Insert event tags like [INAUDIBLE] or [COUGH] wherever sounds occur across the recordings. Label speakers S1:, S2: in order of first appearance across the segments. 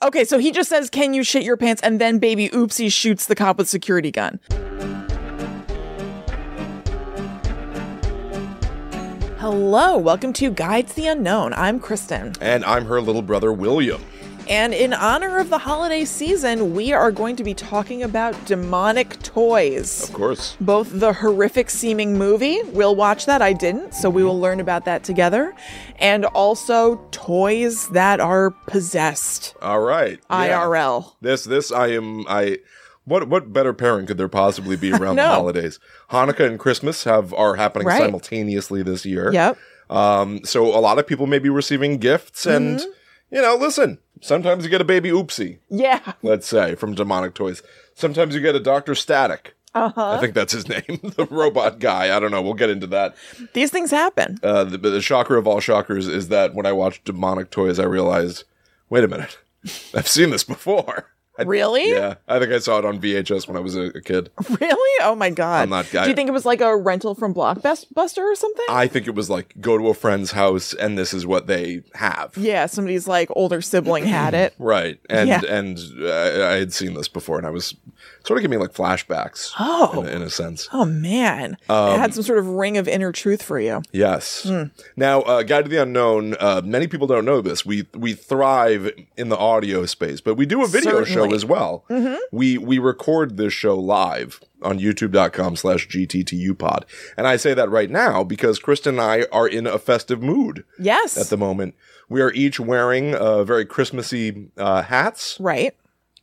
S1: Okay, so he just says, "Can you shit your pants?" and then baby oopsie shoots the cop with security gun. Hello, welcome to Guides the Unknown. I'm Kristen.
S2: And I'm her little brother, William.
S1: And in honor of the holiday season, we are going to be talking about demonic toys.
S2: Of course.
S1: both the horrific seeming movie. We'll watch that. I didn't, so we will learn about that together. And also toys that are possessed.
S2: All right. Yeah.
S1: IRL.
S2: This, this, I am, I. What, what better pairing could there
S1: [LAUGHS]
S2: possibly be around
S1: No.
S2: the holidays? Hanukkah and Christmas have are happening
S1: Right.
S2: simultaneously this year.
S1: Yep.
S2: Um. So a lot of people may be receiving gifts, and
S1: Mm-hmm.
S2: you know, listen. Sometimes you get a baby oopsie,
S1: Yeah.
S2: let's say, from demonic toys. Sometimes you get a Doctor Static.
S1: Uh-huh.
S2: I think that's his [LAUGHS] name, the robot guy. I don't know. We'll get into that.
S1: These things happen.
S2: Uh, the, the shocker of all shockers is that when I watched Demonic Toys, I realized, wait a minute, [LAUGHS] I've seen this before. I-
S1: Really?
S2: Yeah, I think I saw it on VHS when I was a, a kid.
S1: [LAUGHS] Really? Oh my god.
S2: I'm not-
S1: Do
S2: I-
S1: you think it was like a rental from Blockbuster or something?
S2: I think it was like go to a friend's house and this is what they have.
S1: yeah, somebody's like older sibling had
S2: [CLEARS THROAT]
S1: it.
S2: Right, and
S1: Yeah.
S2: and uh, I had seen this before, and I was sort of giving me like flashbacks.
S1: Oh.
S2: in, in a sense,
S1: Oh man. it
S2: Um,
S1: had some sort of ring of inner truth for you.
S2: yes.
S1: Hmm.
S2: Now, uh, Guide to the Unknown. Uh, many people don't know this. We we thrive in the audio space, but we do a video show
S1: Certainly. Mm-hmm.
S2: as well. We we record this show live on youtube.com slash gttupod. And I say that right now because Kristen and I are in a festive mood
S1: Yes.
S2: at the moment. We are each wearing uh, very Christmassy uh, hats.
S1: right.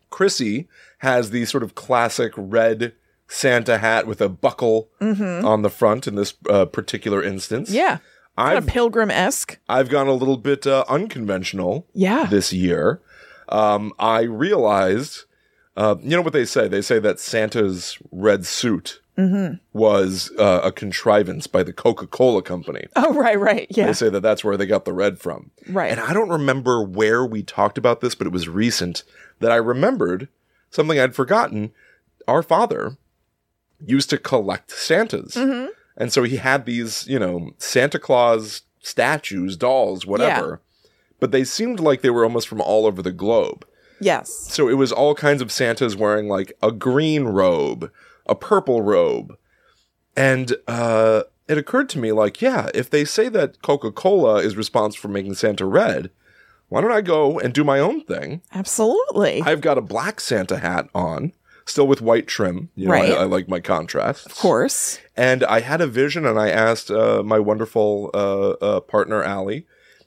S2: Chrissy has the sort of classic red Santa hat with a buckle on the front in this uh, particular instance.
S1: Mm-hmm. Yeah. Kind
S2: I've,
S1: of pilgrim esque.
S2: I've gone a little bit uh, unconventional
S1: Yeah.
S2: this year, um, I realized, uh, you know what they say? They say that Santa's red suit
S1: Mm-hmm.
S2: was uh, a contrivance by the Coca Cola Company.
S1: oh right, right. Yeah.
S2: They say that that's where they got the red from.
S1: Right.
S2: And I don't remember where we talked about this, but it was recent that I remembered something I'd forgotten. Our father used to collect Santas.
S1: Mm-hmm.
S2: And so he had these, you know, Santa Claus statues, dolls, whatever. But they seemed like they were almost from all over the globe.
S1: Yes.
S2: So it was all kinds of Santas wearing like a green robe, a purple robe. And uh, it occurred to me like, yeah, if they say that Coca Cola is responsible for making Santa red, why don't I go and do my own thing?
S1: Absolutely.
S2: I've got a black Santa hat on, still with white trim. You know,
S1: Right.
S2: I, I like my contrast.
S1: of course.
S2: And I had a vision, and I asked uh, my wonderful uh, uh, partner, Allie,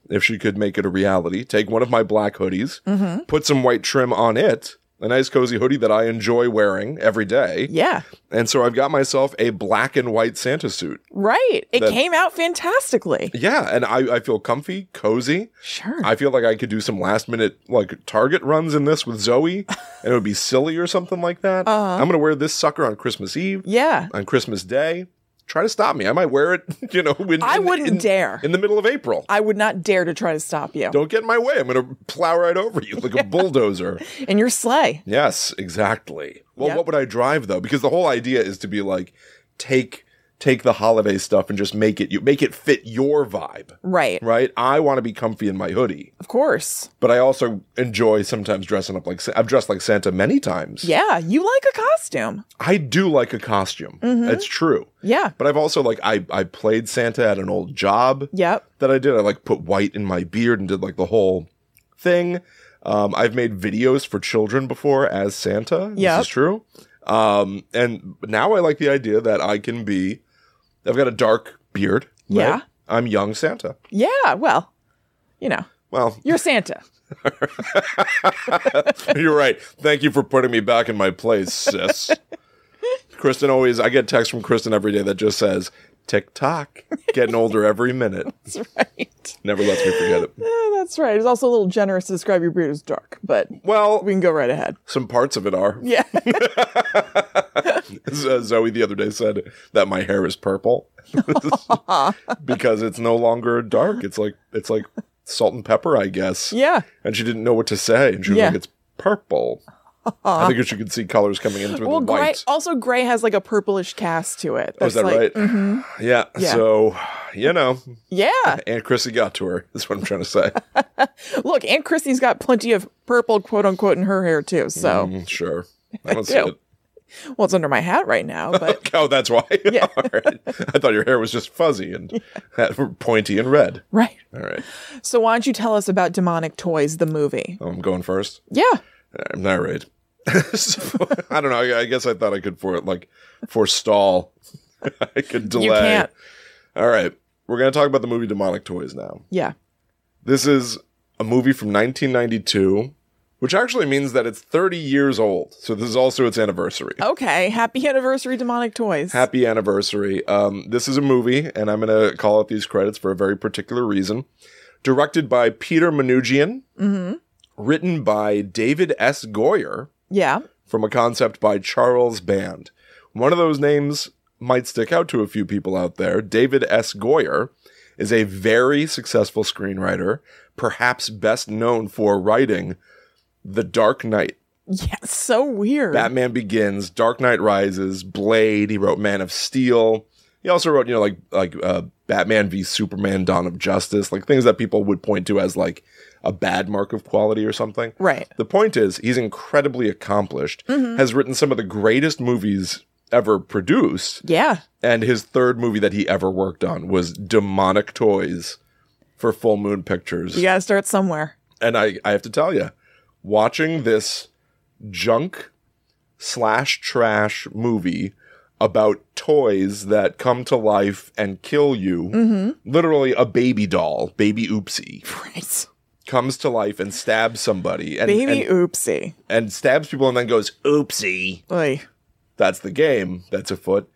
S2: if she could make it a reality. Take one of my black hoodies,
S1: Mm-hmm.
S2: put some white trim on it, a nice cozy hoodie that I enjoy wearing every day.
S1: Yeah.
S2: And so I've got myself a black and white Santa suit.
S1: Right. It
S2: That-
S1: came out fantastically.
S2: Yeah, and [LAUGHS] I, I feel comfy, cozy.
S1: Sure.
S2: I feel like I could do some last minute like target runs in this with Zoe, and it would be silly or something like that. I'm gonna wear this sucker on Christmas Eve,
S1: yeah.
S2: on Christmas Day. Try to stop me. I might wear it, [LAUGHS] you know. In,
S1: I
S2: in-
S1: wouldn't
S2: in-
S1: dare.
S2: in the middle of April.
S1: I would not dare to try to stop you.
S2: Don't get in my way. I'm going to plow right over
S1: [LAUGHS]
S2: you like a bulldozer.
S1: In your sleigh.
S2: Yes, exactly. Well,
S1: Yep.
S2: what would I drive though? Because the whole idea is to be like take take the holiday stuff and just make it you make it fit your vibe,
S1: Right.
S2: right? I want to be comfy in my hoodie,
S1: Of course.
S2: but I also enjoy sometimes dressing up like Sa- I've dressed like Santa many times.
S1: Yeah. You like a costume.
S2: I do like a costume.
S1: Mm-hmm.
S2: It's true.
S1: Yeah.
S2: But I've also like I I played Santa at an old job.
S1: Yep.
S2: that I did. I like put white in my beard and did like the whole thing. Um, I've made videos for children before as Santa.
S1: Yep.
S2: This is true. Um, and now I like the idea that I can be. I've got a dark beard. right?
S1: Yeah.
S2: I'm young Santa.
S1: Yeah. Well, you know,
S2: Well, [LAUGHS]
S1: you're Santa.
S2: you're right. Thank you for putting me back in my place,
S1: [LAUGHS]
S2: sis. Kristen always. I get texts from Kristen every day that just says tick tock. Getting older every minute.
S1: [LAUGHS] That's right.
S2: Never lets me forget it.
S1: Yeah, that's right. It's also a little generous to describe your beard as dark, but
S2: Well,
S1: we can go right ahead.
S2: some parts of it are.
S1: [LAUGHS] Yeah.
S2: [LAUGHS] Z- Zoe the other day said that my hair is purple [LAUGHS] because it's no longer dark. It's like it's like salt and pepper, I guess.
S1: yeah.
S2: [LAUGHS] And she didn't know what to say, and she was
S1: Yeah.
S2: like, "It's purple." I think you could see colors coming in through
S1: Well,
S2: the
S1: gray,
S2: white.
S1: also gray has like a purplish cast to it.
S2: Oh, is that
S1: like, mm-hmm.
S2: right? Yeah.
S1: Yeah.
S2: So, you know,
S1: Yeah.
S2: Aunt Chrissy got to her. That's what I'm trying to say.
S1: [LAUGHS] Look, Aunt Christie's got plenty of purple, quote unquote, in her hair too. So,
S2: Mm, sure. I don't see
S1: do.
S2: it. [LAUGHS] Mm.
S1: well, it's under my hat right now, [LAUGHS] but
S2: Oh, that's why.
S1: Yeah.
S2: [LAUGHS] All right. I thought your hair was just fuzzy and
S1: [LAUGHS]
S2: [LAUGHS] pointy and red.
S1: right.
S2: All right.
S1: So, why don't you tell us about Demonic Toys, the movie?
S2: I'm going first.
S1: Yeah.
S2: I'm not right. [LAUGHS] so, I don't know. I, I guess I thought I could for like forestall. [LAUGHS] I could delay.
S1: You can't.
S2: All right. We're going to talk about the movie Demonic Toys now.
S1: Yeah.
S2: This is a movie from 1992, which actually means that it's 30 years old. So this is also its anniversary.
S1: Okay. Happy anniversary, Demonic Toys.
S2: Happy anniversary. Um, this is a movie, and I'm going to call out these credits for a very particular reason. Directed by Peter Manoogian,
S1: Mm-hmm.
S2: written by David S. Goyer
S1: yeah.
S2: from a concept by Charles Band. One of those names might stick out to a few people out there. David S. Goyer is a very successful screenwriter, perhaps best known for writing The Dark Knight.
S1: Yeah. So weird.
S2: Batman Begins, Dark Knight Rises, Blade. He wrote Man of Steel. He also wrote, you know, like like uh, Batman v Superman: Dawn of Justice, like things that people would point to as like a bad mark of quality or something.
S1: right.
S2: The point is, he's incredibly accomplished. Has written some of the greatest movies ever produced,
S1: Yeah.
S2: and his third movie that he ever worked on was Demonic Toys for Full Moon Pictures.
S1: You got to start somewhere. [LAUGHS]
S2: And I, I have to tell you, watching this junk slash trash movie about toys that come to life and kill you, literally a baby doll, baby oopsie,
S1: Right.
S2: comes to life and stabs somebody and,
S1: Baby
S2: and,
S1: oopsie.
S2: and stabs people and then goes, oopsie.
S1: Oy.
S2: That's the game that's afoot.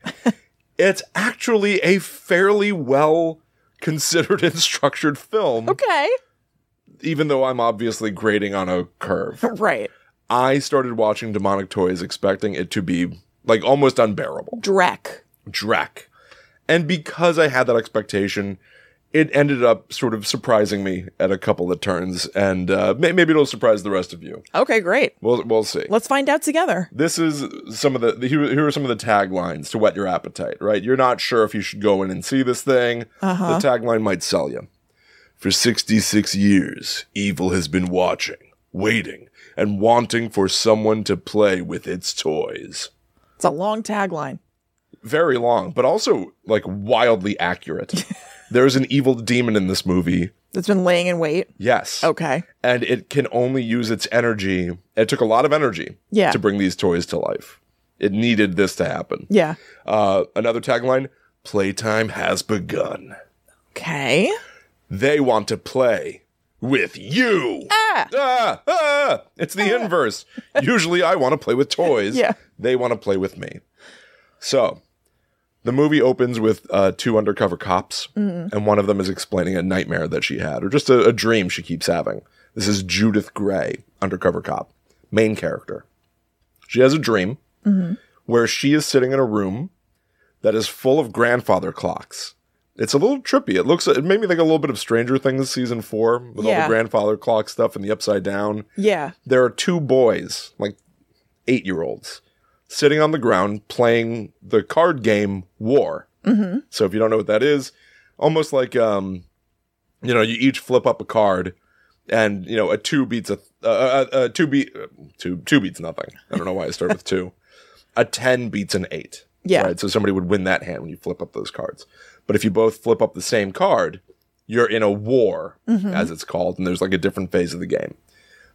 S2: it's actually a fairly well considered [LAUGHS] and structured film,
S1: Okay.
S2: even though I'm obviously grading on a curve.
S1: Right.
S2: I started watching Demonic Toys expecting it to be like almost unbearable.
S1: Drek.
S2: Drek. And because I had that expectation, it ended up sort of surprising me at a couple of turns, and uh, may- maybe it'll surprise the rest of you.
S1: Okay. Great.
S2: We'll we'll see.
S1: Let's find out together.
S2: This is some of the the- here, here are some of the taglines to whet your appetite. Right, you're not sure if you should go in and see this thing.
S1: Uh-huh.
S2: The tagline might sell you. For 66 years, evil has been watching, waiting, and wanting for someone to play with its toys.
S1: It's a long tagline.
S2: Very long, but also like
S1: [LAUGHS]
S2: wildly accurate. There's an evil demon in this movie.
S1: It's been laying in wait.
S2: Yes.
S1: Okay.
S2: And it can only use its energy. It took a lot of energy
S1: Yeah.
S2: to bring these toys to life. It needed this to happen.
S1: Yeah.
S2: Uh, another tagline Playtime has begun.
S1: Okay.
S2: They want to play with you.
S1: Ah.
S2: Ah, ah. It's the inverse. Usually I want to play with toys.
S1: Yeah.
S2: They want to play with me. So the movie opens with uh, two undercover cops, and one of them is explaining a nightmare that she had, or just a, a dream she keeps having. This is Judith Gray, undercover cop, main character. She has a dream where she is sitting in a room that is full of grandfather clocks. It's a little trippy. It looks it made me think a little bit of Stranger Things season four with all
S1: Yeah.
S2: the grandfather clock stuff and the upside down.
S1: Yeah.
S2: There are two boys, like eight year olds, sitting on the ground playing the card game War. Mm-hmm. So if you don't know what that is, almost like um, you know, you each flip up a card, and you know a two beats a uh, a, a two beat two two beats nothing. I don't know why I started with two. A ten beats an eight.
S1: Yeah.
S2: Right. So somebody would win that hand when you flip up those cards. But if you both flip up the same card, you're in a war, as it's called, and there's like a different phase of the game.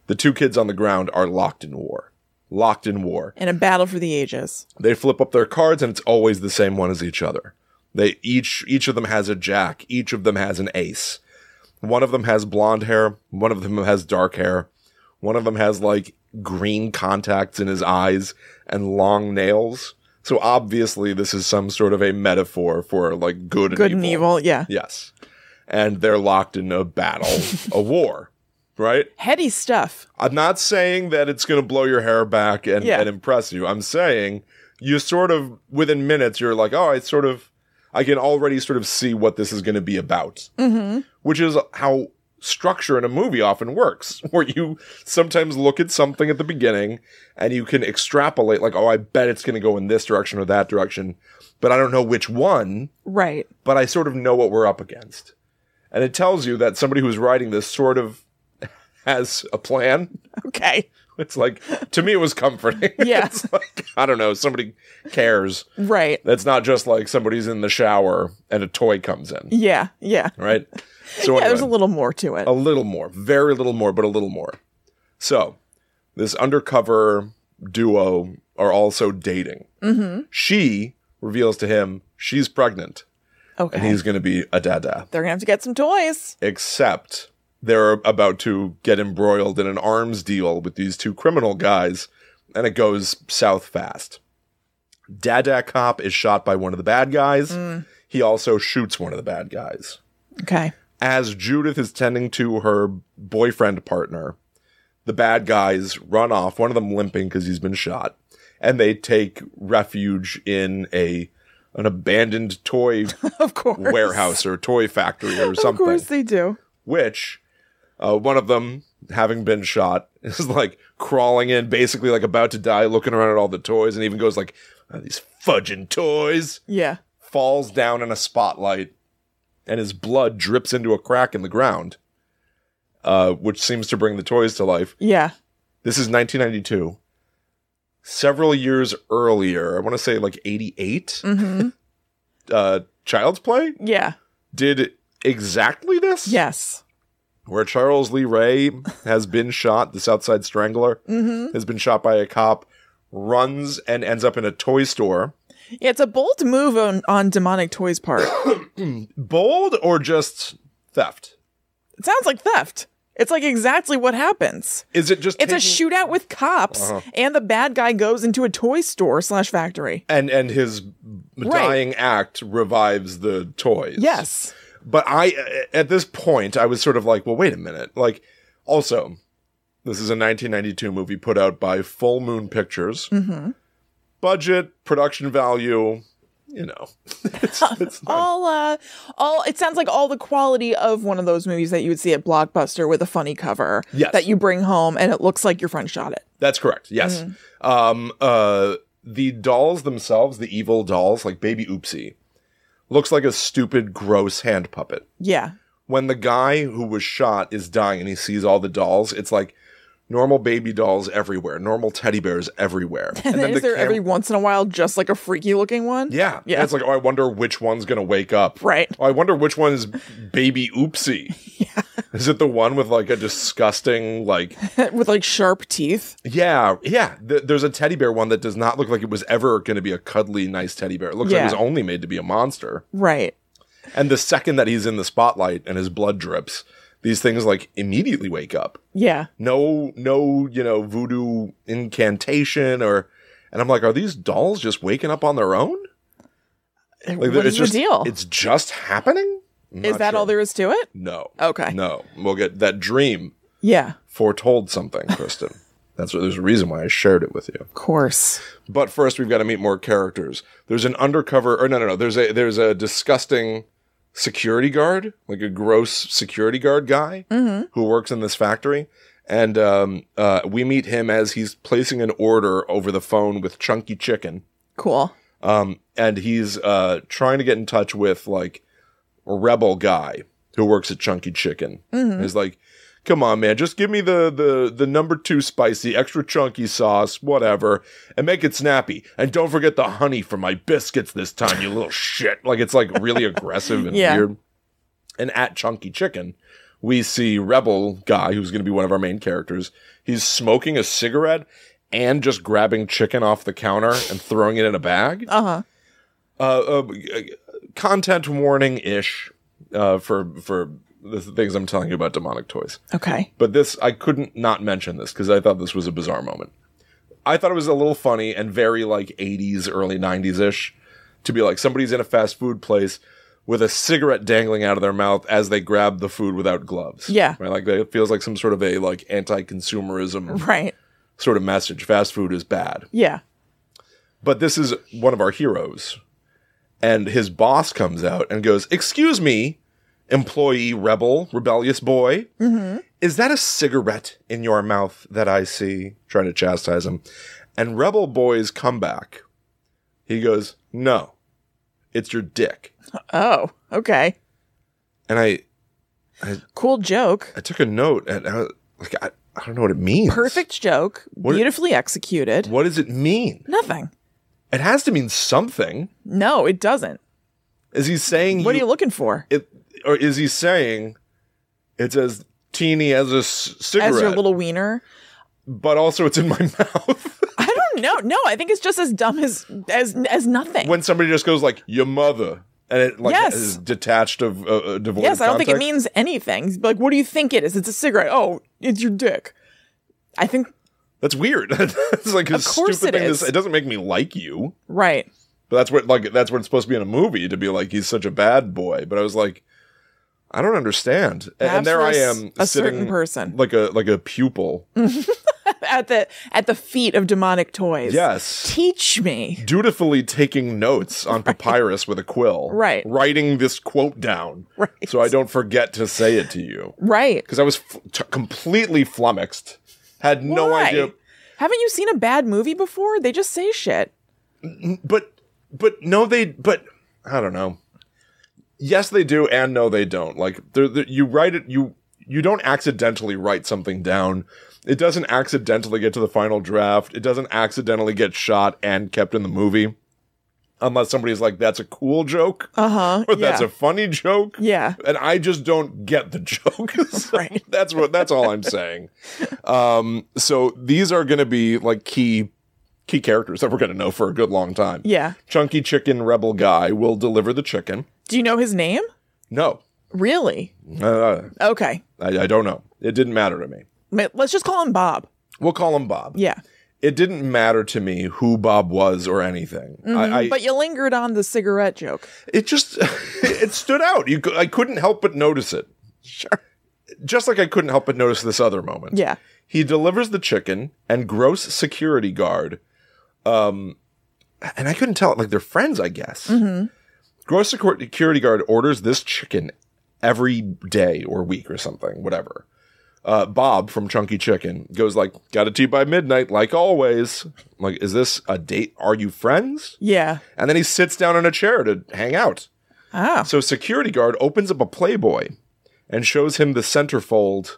S2: The two kids on the ground are locked in war. Locked in war.
S1: And a battle for the ages.
S2: They flip up their cards and it's always the same one as each other. They each each of them has a jack, each of them has an ace. One of them has blonde hair, one of them has dark hair, one of them has like green contacts in his eyes and long nails. So obviously this is some sort of a metaphor for like good and
S1: Good and evil. Yeah.
S2: Yes. And they're locked in a battle, a war, right?
S1: Heady stuff.
S2: I'm not saying that it's going to blow your hair back and,
S1: Yeah.
S2: and impress you. I'm saying you sort of, within minutes, you're like, oh, I sort of, I can already sort of see what this is going to be about,
S1: Mm-hmm.
S2: which is how structure in a movie often works, [LAUGHS] where you sometimes look at something at the beginning and you can extrapolate, like, oh, I bet it's going to go in this direction or that direction, but I don't know which one,
S1: Right. [LAUGHS]
S2: but I sort of know what we're up against. And it tells you that somebody who's writing this sort of [LAUGHS] has a plan.
S1: Okay.
S2: It's like, to me, it was comforting. [LAUGHS]
S1: Yeah.
S2: it's like, I don't know, somebody cares.
S1: Right.
S2: That's not just like somebody's in the shower and a toy comes in,
S1: Yeah. Yeah.
S2: right? So
S1: Yeah,
S2: anyway, Oh,
S1: there's a little more to it.
S2: a little more, very little more, but a little more. So this undercover duo are also dating. Mm-hmm. She reveals to him she's pregnant and
S1: Okay.
S2: he's going to be a dada.
S1: They're going to have to get some toys.
S2: Except they're about to get embroiled in an arms deal with these two criminal guys, and it goes south fast. Dada cop is shot by one of the bad guys.
S1: Mm.
S2: He also shoots one of the bad guys
S1: Okay.
S2: as Judith is tending to her boyfriend partner, the bad guys run off, one of them limping because he's been shot, and they take refuge in a an abandoned
S1: [LAUGHS]
S2: toy
S1: [LAUGHS] Of course.
S2: warehouse or toy factory or
S1: [LAUGHS] Of
S2: something.
S1: course they do.
S2: Which uh, one of them, having been shot, [LAUGHS] is like crawling in, basically like about to die, looking around at all the toys, and even goes like, "Oh, "These fudging toys."
S1: Yeah.
S2: falls down in a spotlight and his blood drips into a crack in the ground, uh, which seems to bring the toys to life.
S1: Yeah.
S2: This is 1992. Several years earlier, I want to say like 88,
S1: Mm. Mm-hmm.
S2: uh, Child's Play
S1: [LAUGHS] Yeah.
S2: did exactly this.
S1: Yes.
S2: Where Charles Lee Ray has been shot, the Southside Strangler
S1: Mm-hmm.
S2: has been shot by a cop, runs and ends up in a toy store.
S1: Yeah, it's a bold move on, on demonic toys
S2: [COUGHS]
S1: part.
S2: Bold or just theft?
S1: It sounds like theft. It's like exactly what happens.
S2: Is it just
S1: [LAUGHS] It's a
S2: taking-
S1: shootout with cops,
S2: Uh-huh.
S1: and the bad guy goes into a toy store slash factory.
S2: and and his b- dying act revives the toys.
S1: Yes.
S2: but I at this point I was sort of like, well, wait a minute. Like, also, this is a 1992 movie put out by Full Moon Pictures. Mm-hmm. Budget, production value, you know, it's, it's not,
S1: All uh all it sounds like all the quality of one of those movies that you would see at Blockbuster with a funny cover
S2: Yes.
S1: that you bring home and it looks like your friend shot it.
S2: that's correct. Yes,
S1: Mm-hmm.
S2: um, uh, the dolls themselves, the evil dolls, like Baby Oopsie, looks like a stupid, gross hand puppet.
S1: Yeah.
S2: when the guy who was shot is dying and he sees all the dolls, it's like normal baby dolls everywhere, normal teddy bears
S1: [LAUGHS]
S2: everywhere.
S1: And, then,
S2: the
S1: is there
S2: cam-
S1: every once in a while just like a freaky looking one?
S2: yeah,
S1: Yeah.
S2: And it's like, oh, I wonder which one's gonna wake up.
S1: Right. [LAUGHS]
S2: Oh, I wonder which one is baby oopsie. Is it the one with like a disgusting like?
S1: With like sharp teeth.
S2: Yeah, yeah. Th- there's a teddy bear one that does not look like it was ever going to be a cuddly, nice teddy bear. It looks like
S1: Yeah.
S2: it was only made to be a monster.
S1: Right.
S2: And the second that he's in the spotlight and his blood drips, these things like immediately wake up.
S1: Yeah.
S2: no no you know voodoo incantation or and i'm like are these dolls just waking up on their own like
S1: what is
S2: it's just
S1: the deal?
S2: it's just happening I'm
S1: Is
S2: not
S1: that
S2: sure.
S1: all there is to it?
S2: no
S1: Okay.
S2: no we'll get that dream
S1: Yeah.
S2: foretold something
S1: [LAUGHS]
S2: kristen that's what there's a reason why i shared it with you
S1: Of course.
S2: but first we've got to meet more characters there's an undercover or no no no there's a there's a disgusting security guard like a gross security guard guy who works in this factory and um, uh, we meet him as he's placing an order over the phone with chunky chicken
S1: Cool.
S2: um, and he's uh, trying to get in touch with like a rebel guy who works at chunky chicken he's like come on man just give me the, the the number two spicy extra chunky sauce whatever and make it snappy and don't forget the honey for my biscuits this time you little shit like it's like really aggressive and
S1: Yeah.
S2: weird and at chunky chicken we see rebel guy who's going to be one of our main characters he's smoking a cigarette and just grabbing chicken off the counter and throwing it in a bag
S1: Uh-huh.
S2: uh, uh, content warning ish uh, for for the things I'm telling you about demonic toys.
S1: Okay. [LAUGHS]
S2: But this I couldn't not mention this because I thought this was a bizarre moment. I thought it was a little funny and very like 80s, early 90s ish to be like somebody's in a fast food place with a cigarette dangling out of their mouth as they grab the food without gloves.
S1: Yeah.
S2: right. Like it feels like some sort of a like anti-consumerism
S1: Right.
S2: sort of message. Fast food is bad.
S1: Yeah.
S2: But this is one of our heroes. And his boss comes out and goes, Excuse me, employee rebel, rebellious boy.
S1: Mm-hmm.
S2: Is that a cigarette in your mouth that I see? Trying to chastise him. And Rebel Boy's comeback, he goes, No, it's your dick.
S1: Oh, okay.
S2: And I,
S1: Cool joke.
S2: I took a note and I, like, I, I don't know what it means.
S1: Perfect joke. Beautifully executed.
S2: What does it mean?
S1: Nothing.
S2: It has to mean something.
S1: No, it doesn't.
S2: Is he saying
S1: What are
S2: he-
S1: you looking for?
S2: it, or is he saying it's as teeny as a s- cigarette,
S1: As your little wiener?
S2: but also it's in my [LAUGHS] mouth?
S1: I don't know. No, I think it's just as dumb as as as nothing.
S2: when somebody just goes like your mother, and it like
S1: Yes.
S2: is detached of uh, uh, devoid.
S1: yes,
S2: of
S1: I don't think it
S2: context.
S1: means anything. Like, what do you think it is? It's a cigarette. Oh, it's your dick. I think
S2: That's weird. [LAUGHS] it's like a
S1: Of course
S2: stupid
S1: it
S2: thing. to
S1: is.
S2: say. It doesn't make me like you,
S1: right.
S2: but that's what like that's what it's supposed to be in a movie to be like he's such a bad boy. But I was like, I don't understand. A-
S1: Perhaps
S2: and there
S1: for a
S2: I
S1: s-
S2: am,
S1: a
S2: sitting
S1: certain person.
S2: like a like a pupil.
S1: at the at the feet of demonic toys.
S2: Yes.
S1: Teach me.
S2: dutifully taking notes on papyrus with a quill.
S1: Right.
S2: Writing this quote down.
S1: Right.
S2: So I don't forget to say it to you.
S1: Right.
S2: Because I was f- t- completely flummoxed. Had no
S1: Why?
S2: idea.
S1: Haven't you seen a bad movie before? They just say shit.
S2: But, but no, they, but I don't know. Yes, they do, and no, they don't. Like, they're, they you write it, you, you don't accidentally write something down. It doesn't accidentally get to the final draft. It doesn't accidentally get shot and kept in the movie. Unless somebody's like, that's a cool joke.
S1: Uh huh.
S2: but [LAUGHS] that's a funny joke.
S1: Yeah.
S2: And I just don't get the joke. [LAUGHS] So
S1: Right.
S2: That's what that's all I'm saying. Um, so these are gonna be like key key characters that we're gonna know for a good long time.
S1: Yeah.
S2: Chunky chicken rebel guy will deliver the chicken.
S1: Do you know his name?
S2: No.
S1: Really?
S2: Uh,
S1: Okay.
S2: I, I don't know. It didn't matter to me.
S1: Ma- Let's just call him Bob.
S2: We'll call him Bob.
S1: Yeah.
S2: It didn't matter to me who Bob was or anything. I, I,
S1: Mm-hmm, But you lingered on the cigarette joke.
S2: it just [LAUGHS] it stood out. You, cou- I couldn't help but notice it.
S1: Sure.
S2: Just like I couldn't help but notice this other moment.
S1: Yeah.
S2: He delivers the chicken and gross security guard. Um, and I couldn't tell, like they're friends, I guess.
S1: Mm-hmm.
S2: Gross secur- security guard orders this chicken every day or week or something, whatever. Uh, Bob from Chunky Chicken goes like, "Got it to you by midnight, like always." I'm like, is this a date? Are you friends?
S1: Yeah.
S2: And then he sits down in a chair to hang out.
S1: Oh.
S2: So security guard opens up a Playboy and shows him the centerfold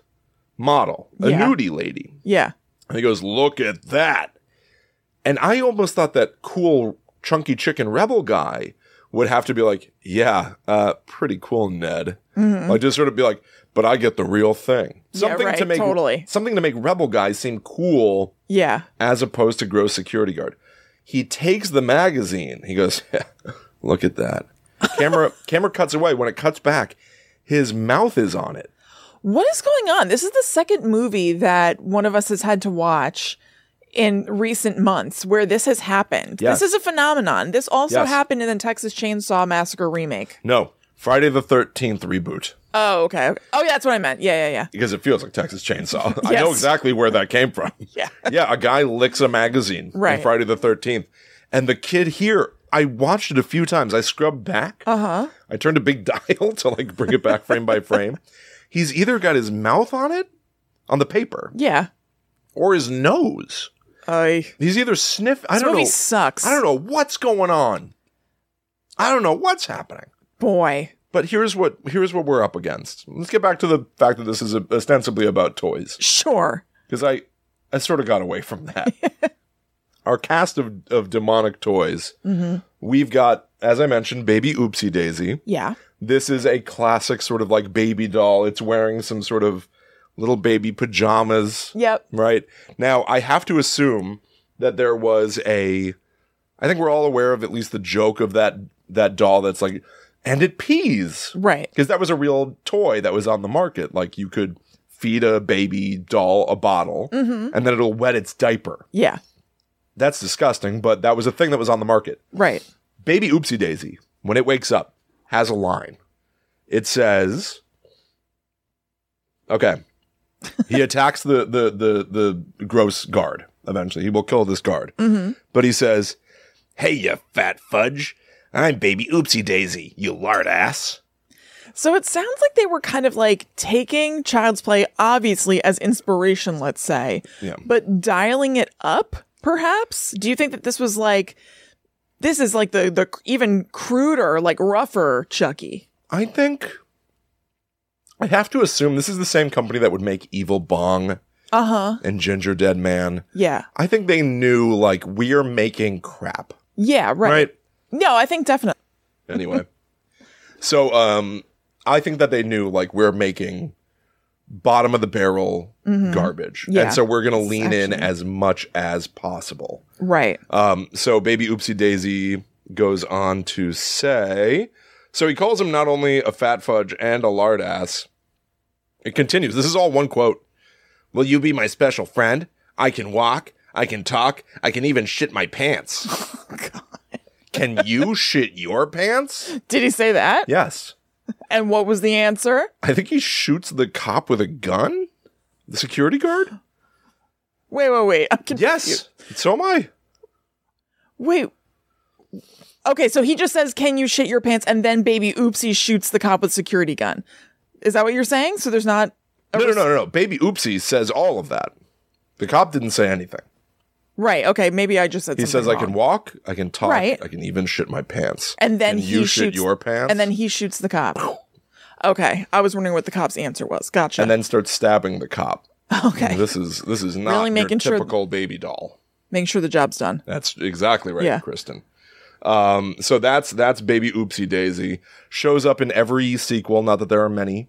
S2: model, a
S1: Yeah.
S2: nudie lady.
S1: Yeah.
S2: And he goes, Look at that. And I almost thought that cool, chunky chicken rebel guy would have to be like, Yeah, uh, pretty cool, Ned. Like, just sort of be like, But I get the real thing. Something to
S1: Mm-hmm. right,
S2: make
S1: totally.
S2: something to make rebel guys seem cool
S1: Yeah.
S2: as opposed to gross security guard. He takes the magazine. He goes, [LAUGHS] "Look at that."
S1: [LAUGHS]
S2: Camera camera cuts away. When it cuts back, his mouth is on it.
S1: What is going on? This is the second movie that one of us has had to watch in recent months where this has happened.
S2: Yes.
S1: This is a phenomenon. This also
S2: Yes.
S1: happened in the Texas Chainsaw Massacre remake.
S2: No, Friday the 13th reboot.
S1: Oh, okay. okay. Oh, yeah, that's what I meant. Yeah, yeah,
S2: because it feels like
S1: [LAUGHS]
S2: Texas Chainsaw. I know
S1: Yes.
S2: exactly where that
S1: [LAUGHS]
S2: came from.
S1: yeah. Yeah.
S2: yeah, a guy licks a magazine on
S1: Right.
S2: Friday the 13th. And the kid here, I watched it a few times. I scrubbed back.
S1: Oh.
S2: Uh
S1: Uh-huh.
S2: huh. I turned a big [LAUGHS] dial to like bring it back frame by frame. He's either got his mouth on it, on the paper,
S1: Yeah.
S2: or his nose.
S1: I.
S2: He's either sniff. I
S1: This
S2: don't
S1: movie
S2: know.
S1: sucks.
S2: I don't know what's going on. I don't know what's happening.
S1: Boy.
S2: But here's what here's what we're up against. Let's get back to the fact that this is ostensibly about toys.
S1: Sure.
S2: because I, I sort of got away from that. Our cast of, of demonic toys. We've got, as I mentioned, Baby Oopsie Daisy.
S1: Yeah.
S2: This is a classic sort of like baby doll. It's wearing some sort of little baby pajamas,
S1: Yep.
S2: right? Now, I have to assume that there was a. I think we're all aware of at least the joke of that that doll that's like, and it pees
S1: Right.
S2: because that was a real toy that was on the market. Like you could feed a baby doll a bottle, and then it'll wet its diaper.
S1: Mm-hmm. Yeah.
S2: That's disgusting, but that was a thing that was on the market.
S1: Right.
S2: Baby Oopsie Daisy, when it wakes up, has a line. It says, "Okay, he attacks the the the the gross guard. Eventually, he will kill this guard. But he says." Hey, you fat fudge. I'm baby oopsie daisy, you lard ass.
S1: So it sounds like they were kind of like taking Child's Play, obviously, as inspiration, let's say,
S2: Yeah.
S1: but dialing it up, perhaps? Do you think that this was like, this is like the, the even cruder, like rougher Chucky?
S2: I think I have to assume this is the same company that would make Evil Bong
S1: Uh huh.
S2: and Ginger Dead Man.
S1: Yeah.
S2: I think they knew like we're making crap,
S1: Yeah, right.
S2: right?
S1: No, I think definitely.
S2: [LAUGHS] Anyway. so um I think that they knew like we're making bottom of the barrel garbage.
S1: Mm-hmm. Yeah.
S2: And so we're going to lean in
S1: actually-
S2: as much as possible.
S1: Right.
S2: Um, so baby oopsie daisy goes on to say, so he calls him not only a fat fudge and a lard ass. It continues. This is all one quote. Will you be my special friend? I can walk. I can talk. I can even shit my pants. Can you shit your pants?
S1: Did he say that?
S2: Yes.
S1: And what was the answer?
S2: I think he shoots the cop with a gun. The security guard?
S1: Wait, wait, wait. I'm confused.
S2: Yes. So am I.
S1: Wait. Okay, so he just says, "Can you shit your pants?" And then baby oopsie shoots the cop with security gun. Is that what you're saying? So there's not
S2: No, no, no, no, no. Baby oopsie says all of that. The cop didn't say anything.
S1: right. Okay, maybe I just said.
S2: He says, "I can walk, I can talk,
S1: Right.
S2: I can even shit my pants."
S1: And then
S2: Can
S1: he
S2: you shit
S1: shoots-
S2: your pants,
S1: and then he shoots the cop. Okay, I was wondering what the cop's answer was. Gotcha.
S2: and then starts stabbing the cop.
S1: [LAUGHS] okay,
S2: This is this is not
S1: Really
S2: your
S1: making sure-
S2: typical baby doll.
S1: making sure the job's done.
S2: That's exactly right,
S1: Yeah.
S2: Kristen. Um, so that's that's baby oopsie daisy shows up in every sequel. Not that there are many.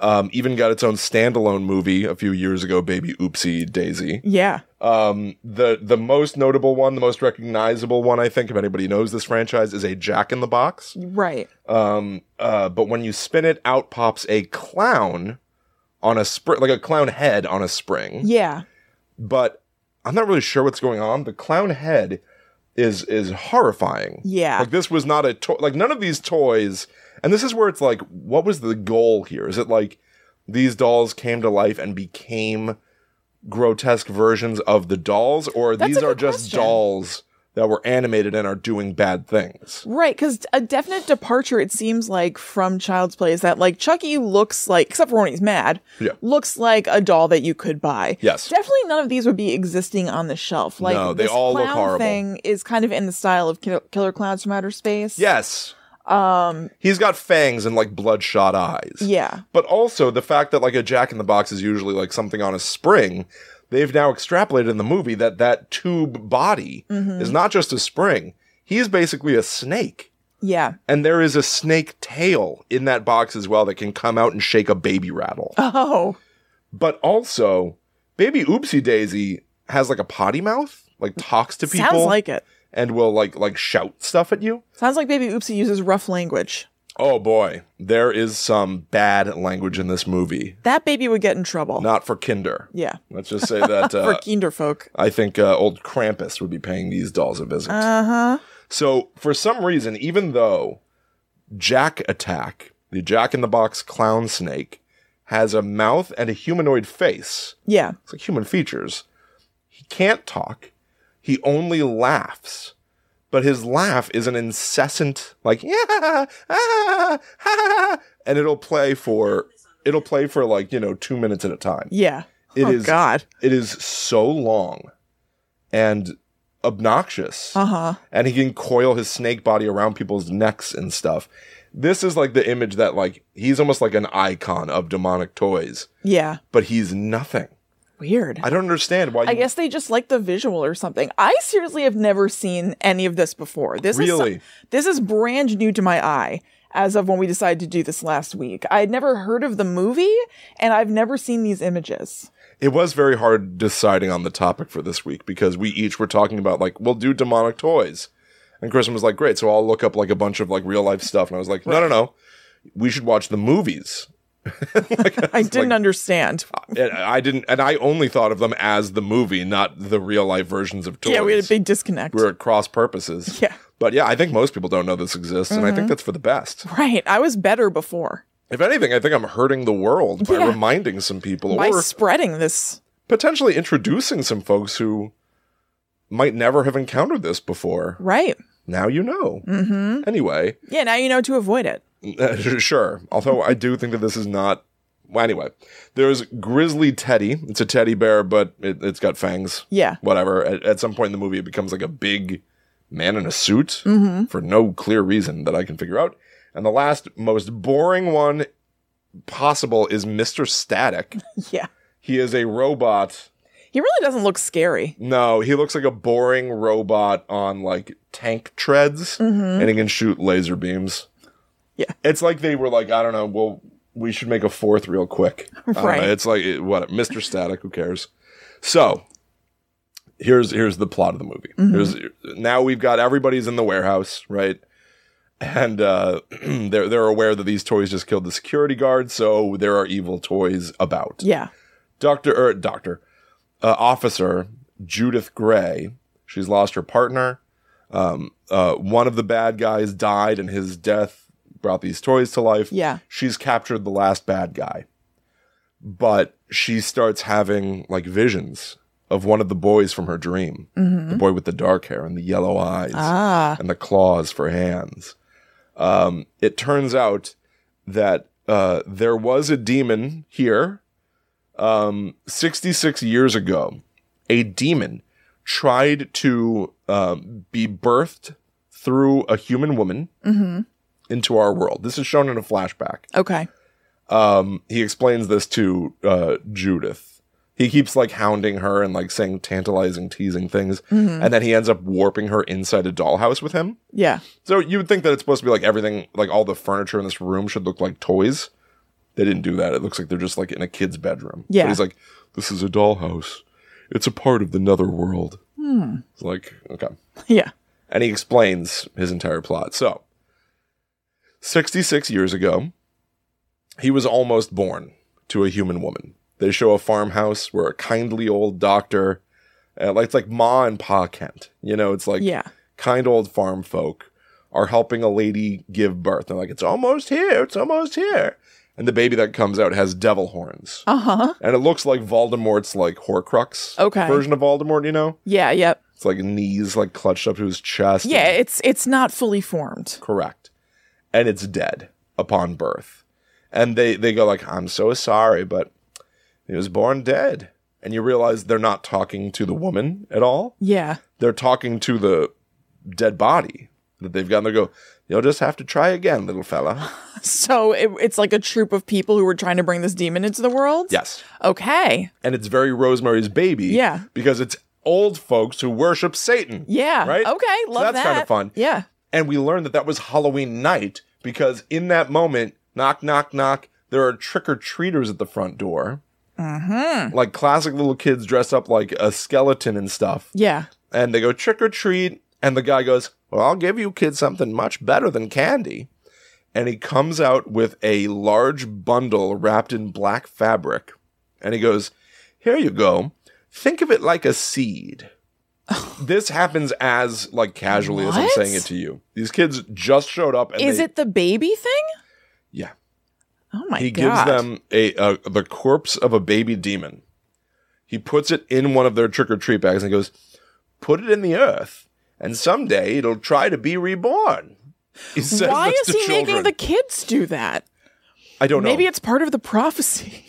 S2: Um, even got its own standalone movie a few years ago, Baby Oopsie Daisy.
S1: Yeah.
S2: Um, the the most notable one, the most recognizable one, I think, if anybody knows this franchise, is a Jack in the Box.
S1: Right.
S2: Um, uh, but when you spin it, out pops a clown on a spring, like a clown head on a spring.
S1: Yeah.
S2: But I'm not really sure what's going on. The clown head is is horrifying.
S1: Yeah.
S2: Like this was not a toy. Like none of these toys. And this is where it's like, what was the goal here? Is it like these dolls came to life and became grotesque versions of the dolls, or
S1: That's a
S2: these are
S1: good
S2: just
S1: question.
S2: dolls that were animated and are doing bad things?
S1: Right, because a definite departure, it seems like, from Child's Play is that, like, Chucky looks like, except for when he's mad,
S2: Yeah.
S1: looks like a doll that you could buy.
S2: Yes.
S1: Definitely none of these would be existing on the shelf. Like,
S2: No, they
S1: this
S2: all look
S1: clown
S2: horrible.
S1: thing is kind of in the style of Kill- Killer Clowns from Outer Space.
S2: Yes.
S1: Um,
S2: He's got fangs and like bloodshot eyes.
S1: yeah.
S2: But also the fact that like a jack in the box is usually like something on a spring, they've now extrapolated in the movie that that tube body
S1: Mm-hmm.
S2: is not just a spring. He's basically a snake.
S1: Yeah. [LAUGHS]
S2: And there is a snake tail in that box as well that can come out and shake a baby rattle.
S1: Oh,
S2: But also, baby Oopsie Daisy has like a potty mouth, like talks to people
S1: sounds like it.
S2: and will like like shout stuff at you.
S1: Sounds like Baby Oopsie uses rough language.
S2: Oh boy, there is some bad language in this movie.
S1: That baby would get in trouble.
S2: Not for kinder.
S1: Yeah.
S2: Let's just say
S1: [LAUGHS]
S2: that
S1: For
S2: uh,
S1: kinderfolk.
S2: I think uh, old Krampus would be paying these dolls a visit.
S1: Uh huh.
S2: so for some reason, even though Jack Attack, the Jack in the Box clown snake, has a mouth and a humanoid face,
S1: Yeah.
S2: it's like human features. He can't talk. He only laughs. But his laugh is an incessant, like, yeah, ah, ha, ha," and it'll play for, it'll play for like, you know, two minutes at a time.
S1: Yeah.
S2: It
S1: oh,
S2: is-
S1: God.
S2: It is so long and obnoxious.
S1: Uh huh.
S2: And he can coil his snake body around people's necks and stuff. This is like the image that, like, he's almost like an icon of demonic toys,
S1: Yeah.
S2: but he's nothing.
S1: Weird.
S2: I don't understand why you
S1: I guess they just like the visual or something. I seriously have never seen any of this before. This is
S2: Really?
S1: some- this is brand new to my eye as of when we decided to do this last week. I had never heard of the movie and I've never seen these
S2: [LAUGHS]
S1: images.
S2: It was very hard deciding on the topic for this week because we each were talking about like we'll do demonic toys, and Kristen was like, "Great, so I'll look up like a bunch of like real life stuff," and I was like, "No, no, no, we should watch the movies."
S1: I didn't understand.
S2: And I didn't, and I only thought of them as the movie, not the real life versions of toys.
S1: Yeah, we had a big disconnect.
S2: We were at cross purposes.
S1: Yeah.
S2: but yeah, I think most people don't know this exists, and I
S1: Mm-hmm.
S2: think that's for the best.
S1: right. I was better before
S2: If anything, I think I'm hurting the world by
S1: Yeah.
S2: reminding some people
S1: by
S2: or
S1: spreading this.
S2: potentially introducing some folks who might never have encountered this before.
S1: Right.
S2: Now you know. Mm-hmm. Anyway,
S1: Yeah, now you know to avoid it.
S2: Uh, [LAUGHS] sure. Although I do think that this is not. Well, anyway, there's Grizzly Teddy. It's a teddy bear, but it, it's got fangs.
S1: Yeah.
S2: Whatever. At, at some point in the movie, it becomes like a big man in a suit for no clear reason that I can figure out. And the last, most boring one possible is Mr. Static.
S1: Yeah.
S2: he is a robot.
S1: He really doesn't look scary.
S2: No, he looks like a boring robot on like tank treads and he can shoot laser beams.
S1: Mm-hmm. Yeah.
S2: It's like they were like, I don't know, well, we should make a fourth real quick. I don't know.
S1: Right.
S2: It's like it- what Mr. Static, who cares? So here's here's the plot of the movie.
S1: Mm-hmm.
S2: Here's now we've got everybody's in the warehouse, right? And uh, [CLEARS THROAT] they're they're aware that these toys just killed the security guard, so there are evil toys about.
S1: Yeah.
S2: Doctor or Doctor uh, Officer Judith Gray. She's lost her partner. Um, uh, one of the bad guys died, and his death brought these toys to life.
S1: Yeah.
S2: she's captured the last bad guy, but she starts having like visions of one of the boys from her dream, the
S1: Hmm?
S2: boy with the dark hair and the yellow eyes
S1: Ah.
S2: and the claws for hands. Um, it turns out that uh, there was a demon here um, 66 years ago. A demon tried to um, be birthed through a human woman into our world. This is shown in a flashback.
S1: Okay.
S2: Um, he explains this to uh, Judith. He keeps like hounding her and like saying tantalizing, teasing things,
S1: Mm-hmm.
S2: and then he ends up warping her inside a dollhouse with him.
S1: Yeah. [LAUGHS]
S2: So you would think that it's supposed to be like everything, like all the furniture in this room should look like toys. They didn't do that. It looks like they're just like in a kid's bedroom.
S1: Yeah.
S2: But he's like, this is a dollhouse. It's a part of the netherworld. Hmm. It's like, okay.
S1: Yeah.
S2: And he explains his entire plot. So, 66 years ago, he was almost born to a human woman. They show a farmhouse where a kindly old doctor, uh, like it's like Ma and Pa Kent. You know, it's like
S1: Yeah.
S2: kind old farm folk are helping a lady give birth. They're like, it's almost here, it's almost here. And the baby that comes out has devil horns.
S1: Uh huh.
S2: And it looks like Voldemort's like Horcrux
S1: Okay.
S2: version of Voldemort, you know?
S1: Yeah. Yep.
S2: It's like knees like clutched up to his chest.
S1: Yeah. It's it's not fully formed.
S2: Correct. And it's dead upon birth. And they, they go like, I'm so sorry, but he was born dead. And you realize they're not talking to the woman at all.
S1: Yeah. [LAUGHS]
S2: They're talking to the dead body that they've gotten. They go, You'll just have to try again, little fella.
S1: So it, it's like a troop of people who were trying to bring this demon into the world.
S2: yes.
S1: Okay.
S2: And it's very Rosemary's baby.
S1: Yeah.
S2: Because it's old folks who worship Satan.
S1: Yeah.
S2: Right?
S1: Okay.
S2: So
S1: Love
S2: that's kind of fun.
S1: Yeah.
S2: And we learned that that was Halloween night because in that moment, knock, knock, knock, there are trick or treaters at the front door. Mm-hmm. Like classic little kids dressed up like a skeleton and stuff.
S1: Yeah.
S2: And they go trick or treat. And the guy goes, Well, I'll give you kids something much better than candy. And he comes out with a large bundle wrapped in black fabric. And he goes, Here you go. Think of it like
S1: [LAUGHS]
S2: a seed. this happens as like casually as I'm
S1: What?
S2: saying it to you. These kids just showed up and
S1: Is
S2: they-
S1: it the baby thing?
S2: Yeah.
S1: Oh my
S2: he
S1: god.
S2: gives them [LAUGHS] a, a the corpse of a baby demon. He puts it in one of their trick or treat bags and goes, "Put it in the earth, and someday it'll try to be reborn." He says
S1: Why
S2: this
S1: is
S2: to
S1: he
S2: children.
S1: making the kids do that?
S2: I don't know.
S1: Maybe it's part of the prophecy.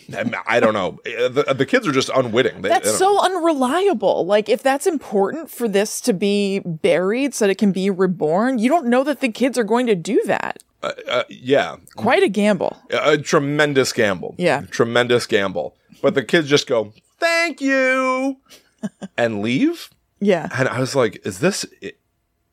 S2: I don't know. Uh, The, the kids are just unwitting. They- they
S1: That's
S2: don't-
S1: so unreliable. Like, if that's important for this to be buried so that it can be reborn, you don't know that the kids are going to do that.
S2: uh, uh, yeah,
S1: Quite a gamble.
S2: a, a tremendous gamble.
S1: Yeah.
S2: tremendous gamble. But the kids just go, "Thank you," and leave.
S1: Yeah.
S2: And I was like, "Is this i-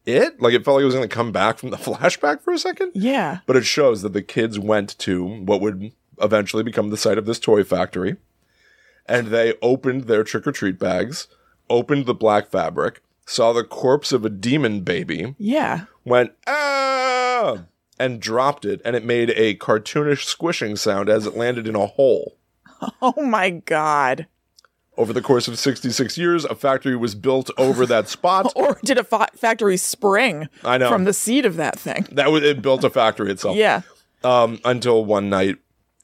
S2: it?" Like it felt like it was going to come back from the [LAUGHS] flashback for a second.
S1: Yeah.
S2: But it shows that the kids went to what would eventually become the site of this toy factory. And they opened their trick or treat bags, opened the black fabric, saw the corpse of a demon baby,
S1: Yeah.
S2: went, ah, and dropped it. And it made a cartoonish squishing sound as it landed in a hole.
S1: Oh my God.
S2: Over the course of 66 years, a factory was built over
S1: [LAUGHS]
S2: that spot.
S1: Or did a fa- factory spring
S2: I know.
S1: Oh, from the seed of that thing?
S2: that was, it built a factory itself.
S1: Yeah.
S2: um, until one night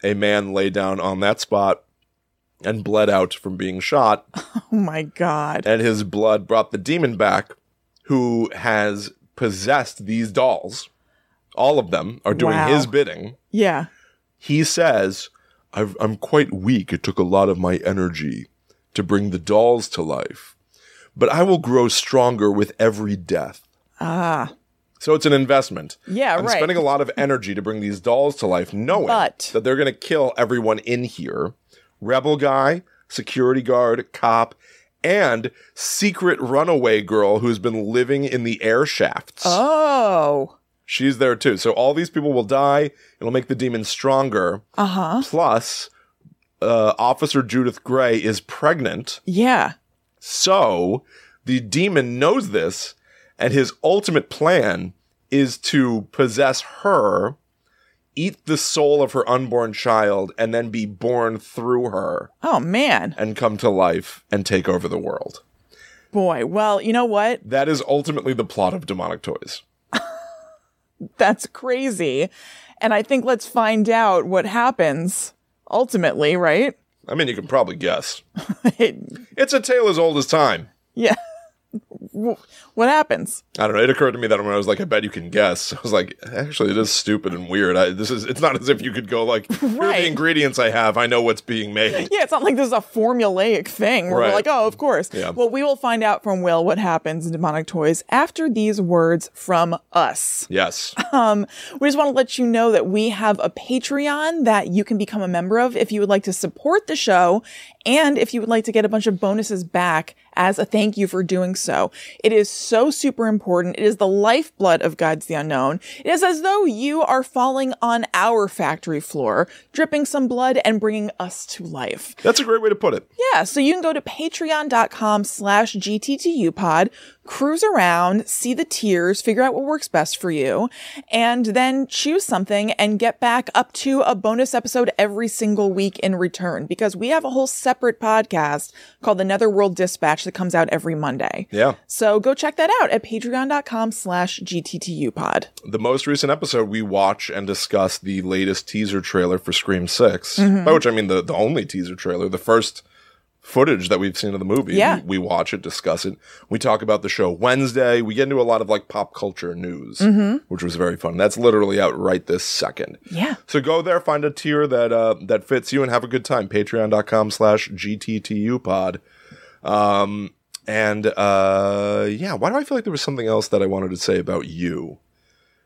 S2: a man lay down on that spot and bled out from being shot,
S1: Oh my God.
S2: and his blood brought the demon back who has possessed these dolls all of them are doing
S1: Wow.
S2: his bidding.
S1: Yeah.
S2: He says, I've, I'm quite weak. It took a lot of my energy to bring the dolls to life, but I will grow stronger with every death.
S1: Ah.
S2: So it's an investment.
S1: Yeah,
S2: I'm
S1: Uh, right.
S2: spending a lot of energy to bring these dolls to life, knowing
S1: But-
S2: that they're going to kill everyone in here rebel guy, security guard, cop, and secret runaway girl who's been living in the air shafts.
S1: Oh.
S2: She's there too. So all these people will die. It'll make the demon stronger.
S1: Uh huh.
S2: Plus, uh, Officer Judith Gray is pregnant.
S1: Yeah.
S2: So the demon knows this, and his ultimate plan is to possess her, eat the soul of her unborn child, and then be born through her
S1: Oh man.
S2: and come to life and take over the world.
S1: Boy. Well, you know what?
S2: That is ultimately the plot of Demonic Toys.
S1: That's crazy. And I think let's find out what happens ultimately, right? [LAUGHS]
S2: I mean, you can probably guess. It's a tale as old as time.
S1: yeah. W- What happens?
S2: I don't know. It occurred to me that when I was like, I bet you can guess. [LAUGHS] I was like, actually, it is stupid and weird. I, this is. It's not as if you could go like, [LAUGHS] here are
S1: Right.
S2: the ingredients I have. I know what's being
S1: [LAUGHS]
S2: made.
S1: Yeah, it's not like this is a formulaic thing where we're
S2: Right.
S1: like, oh, of course.
S2: Yeah.
S1: Well, we will find out from Will what happens in Demonic Toys after these words from us.
S2: Yes.
S1: Um, we just want to let you know that we have a Patreon that you can become a member of if you would like to support the show and if you would like to get a bunch of bonuses back as a thank you for doing so. It is so super important. It is the lifeblood of Guides the Unknown. It is as though you are falling on our factory floor, dripping some blood and bringing us to life.
S2: That's a great way to put it.
S1: Yeah, so you can go to patreon.com slash gttupod, cruise around, see the tiers, figure out what works best for you, and then choose something and get back up to a bonus episode every single week in return because we have a whole separate podcast called the Netherworld Dispatch that comes out every Monday.
S2: Yeah.
S1: So go check that out at patreon.com slash gttupod.
S2: The most recent episode, we watch and discuss the latest teaser trailer for Scream 6,
S1: Mm-hmm.
S2: by which I mean the, the only teaser trailer, the first footage that we've seen of the movie.
S1: Yeah.
S2: We, we watch it, discuss it. We talk about the show Wednesday. We get into a lot of like pop culture news,
S1: Mm-hmm.
S2: which was very fun. That's literally out right this second.
S1: Yeah.
S2: So go there, find a tier that uh, that fits you, and have a good time. Patreon.com slash GTTUpod. Um, and uh, yeah, why do I feel like there was something else that I wanted to say about you?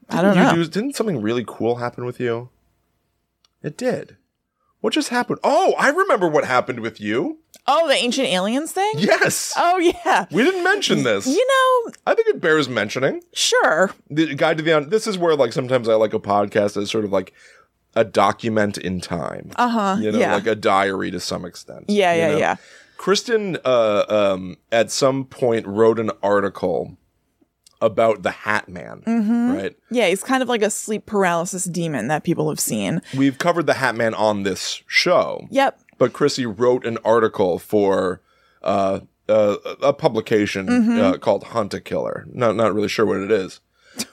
S1: I don't
S2: you
S1: know.
S2: do- didn't something really cool happen with you? It did. What just happened? Oh, I remember what happened with you.
S1: Oh, the ancient aliens thing?
S2: Yes.
S1: Oh, yeah.
S2: we didn't mention this.
S1: You know,
S2: I think it bears mentioning.
S1: sure.
S2: The guide to the un- this is where like sometimes I like a podcast as sort of like a document in time.
S1: Uh huh.
S2: you know,
S1: yeah.
S2: like a diary to some extent.
S1: yeah.
S2: you
S1: Yeah.
S2: know?
S1: Yeah.
S2: Kristen, uh, um, at some point wrote an article about the Hat Man,
S1: Mm-hmm.
S2: right?
S1: Yeah, he's kind of like a sleep paralysis demon that people have seen.
S2: We've covered the Hat Man on this show,
S1: Yep.
S2: but Chrissy wrote an article for uh, uh, a publication
S1: Mm-hmm.
S2: uh, called Hunt a Killer. Not not really sure what it
S1: [LAUGHS]
S2: is,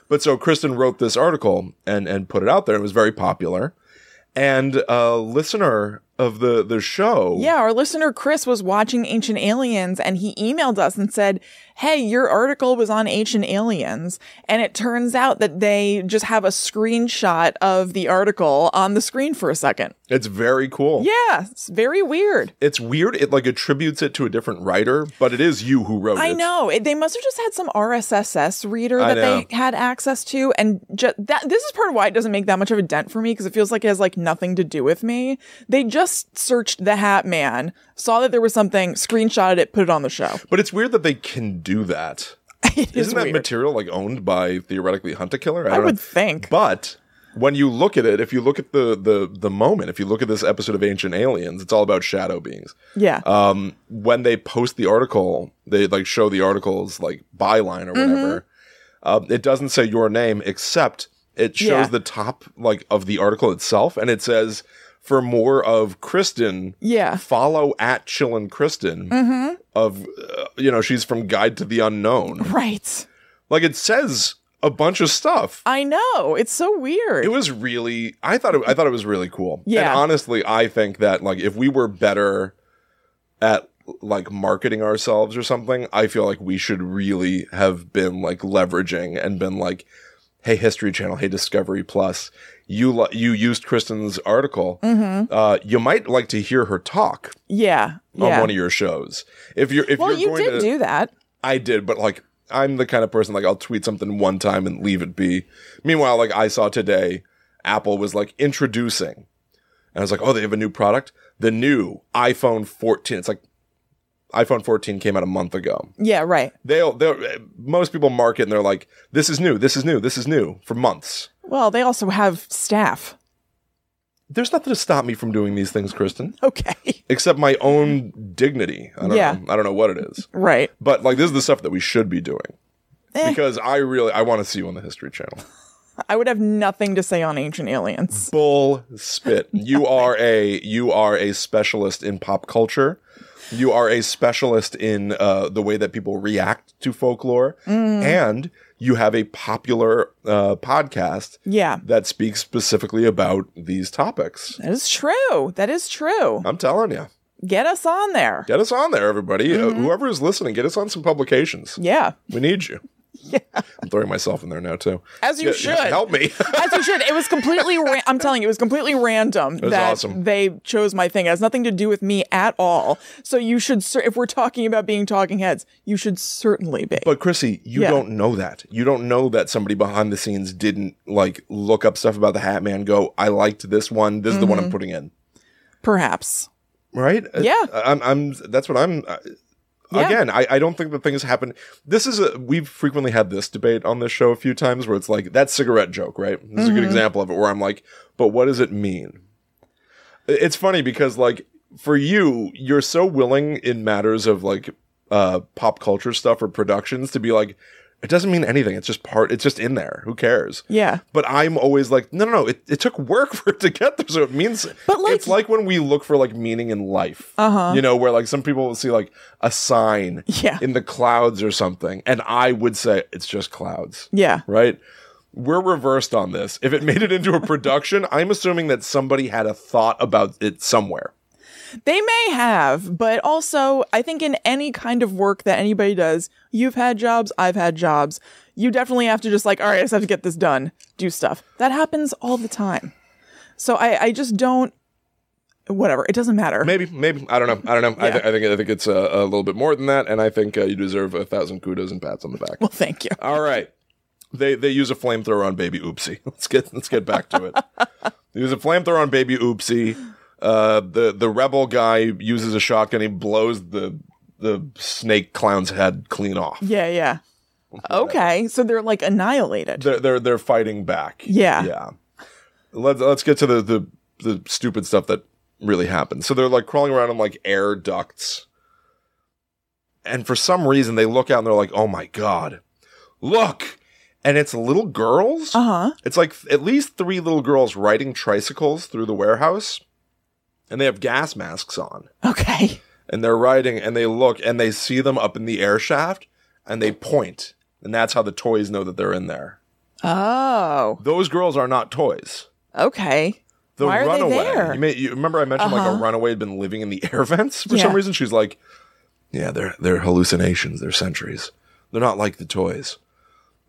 S2: but so Kristen wrote this article and and put it out there. It was very popular, and a listener of the the show,
S1: Yeah, our listener Chris was watching Ancient Aliens and he emailed us and said, Hey, your article was on Ancient Aliens. And it turns out that they just have a screenshot of the article on the screen for a second.
S2: it's very cool.
S1: Yeah, it's very weird.
S2: it's weird. It like attributes it to a different writer, but it is you who wrote it.
S1: I know it, they must have just had some RSSS reader
S2: I
S1: that they had access to, and ju- that this is part of why it doesn't make that much of a dent for me because it feels like it has like nothing to do with me. They just searched the Hat Man, saw that there was something, screenshotted it, put it on the show. [LAUGHS]
S2: But it's weird that they can do that.
S1: It is
S2: Isn't that
S1: weird.
S2: material like owned by theoretically Hunt a Killer?
S1: I
S2: don't
S1: would
S2: know.
S1: think.
S2: But when you look at it, if you look at the the the moment, if you look at this episode of Ancient Aliens, it's all about shadow beings.
S1: yeah.
S2: Um, when they post the article, they like show the article's like byline or whatever. Um, it doesn't say your name, except it shows
S1: Mm-hmm. Yeah.
S2: the top like of the article itself, and it says for more of Kristen.
S1: yeah.
S2: follow at Chillin Kristen of uh, you know she's from Guide to the Unknown.
S1: Right.
S2: Like it says a bunch of stuff.
S1: I know. It's so weird.
S2: It was really I thought it, I thought it was really cool.
S1: Yeah.
S2: And honestly, I think that like if we were better at like marketing ourselves or something, I feel like we should really have been like leveraging and been like hey History Channel, hey Discovery Plus, you li- you used Kristen's article.
S1: Mm-hmm.
S2: Uh, you might like to hear her talk
S1: Yeah.
S2: on
S1: Yeah.
S2: one of your shows. If you're Oh, if
S1: well,
S2: you're
S1: you
S2: going
S1: did
S2: to,
S1: do that.
S2: I did, but like I'm the kind of person like I'll tweet something one time and leave it be. Meanwhile, like I saw today, Apple was like introducing, and I was like, oh, they have a new product, the new iPhone 14. It's like iPhone 14 came out a month ago.
S1: Yeah. Right.
S2: They'll they'll most people market and they're like, this is new, this is new, this is new for months.
S1: Well, they also have staff. [LAUGHS]
S2: There's nothing to stop me from doing these things, Kristen,
S1: Okay.
S2: except my own dignity. I don't
S1: Yeah.
S2: know. I don't know what it is.
S1: right.
S2: But like this is the stuff that we should be doing.
S1: Eh.
S2: Because I really I want to see you on the History Channel.
S1: I would have nothing to say on ancient aliens.
S2: Bull spit. You are a you are a specialist in pop culture. You are a specialist in uh, the way that people react to folklore, and you have a popular uh, podcast
S1: Yeah.
S2: that speaks specifically about these topics.
S1: That is true. That is true.
S2: I'm telling you,
S1: Get us on there.
S2: get us on there, everybody. Uh, whoever is listening, get us on some publications.
S1: Yeah.
S2: We need you. Yeah. I'm throwing myself in there now too.
S1: As you
S2: Yeah,
S1: should.
S2: help me.
S1: [LAUGHS]
S2: [LAUGHS]
S1: As you should. It was completely. Ra- I'm telling you, it was completely random
S2: was
S1: that
S2: awesome.
S1: they chose my thing. It has nothing to do with me at all. So you should. Cer- if we're talking about being talking heads, you should certainly be.
S2: But Chrissy, you
S1: Yeah.
S2: don't know that. You don't know that somebody behind the scenes didn't like look up stuff about the Hat Man. Go, I liked this one. This is the one
S1: Mm-hmm.
S2: I'm putting in.
S1: Perhaps.
S2: Right? Uh,
S1: Yeah.
S2: I'm. I'm. That's what I'm. Uh,
S1: Yeah.
S2: Again, I, I don't think that things happen. This is a we've frequently had this debate on this show a few times where it's like that cigarette joke, right? This is a good
S1: Mm-hmm.
S2: example of it where I'm like, but what does it mean? I- It's funny because like for you, you're so willing in matters of like uh pop culture stuff or productions to be like, it doesn't mean anything. It's just part. It's just in there. Who cares?
S1: Yeah.
S2: But I'm always like, no, no, no. It, it took work [LAUGHS] for it to get there, so it means.
S1: But, like-
S2: it's like when we look for like meaning in life.
S1: Uh-huh.
S2: You know, where like some people will see like a sign
S1: Yeah.
S2: in the clouds or something, and I would say it's just clouds,
S1: Yeah.
S2: right? We're reversed on this. If it made
S1: [LAUGHS]
S2: it into a production, I'm assuming that somebody had a thought about it somewhere.
S1: They may have, but also I think in any kind of work that anybody does, you've had jobs, I've had jobs. You definitely have to just like, all right, I just have to get this done, do stuff. That happens all the time. So I, I just don't, whatever, it doesn't matter.
S2: Maybe, maybe I don't know. I don't know. I,
S1: Yeah.
S2: th- I think I think it's a, a little bit more than that, and I think uh, you deserve a thousand kudos and pats on the
S1: [LAUGHS]
S2: back.
S1: Well, thank you.
S2: All right. They they use a flamethrower on baby oopsie. [LAUGHS] Let's get let's get back to it. they use a flamethrower on baby oopsie. Uh, the the rebel guy uses a shotgun. He blows the the snake clown's head clean off.
S1: Yeah, yeah. Okay, so they're like annihilated.
S2: They're they're they're fighting back.
S1: Yeah.
S2: yeah. Let's let's get to the the the stupid stuff that really happened. So they're like crawling around in like air ducts, and for some reason they look out and they're like, "Oh my god, look!" And it's little girls.
S1: Uh huh.
S2: It's like at least three little girls riding tricycles through the warehouse, and they have gas masks on.
S1: Okay.
S2: And they're riding, and they look, and they see them up in the air shaft, and they point, and that's how the toys know that they're in there.
S1: Oh,
S2: Those girls are not toys.
S1: okay.
S2: The
S1: Why are they
S2: runaway.
S1: there?
S2: You, may, you remember I mentioned like a
S1: Uh-huh.
S2: runaway had been living in the air vents for
S1: Yeah.
S2: some reason. She's like, yeah, they're they're hallucinations. They're centuries. They're not like the toys,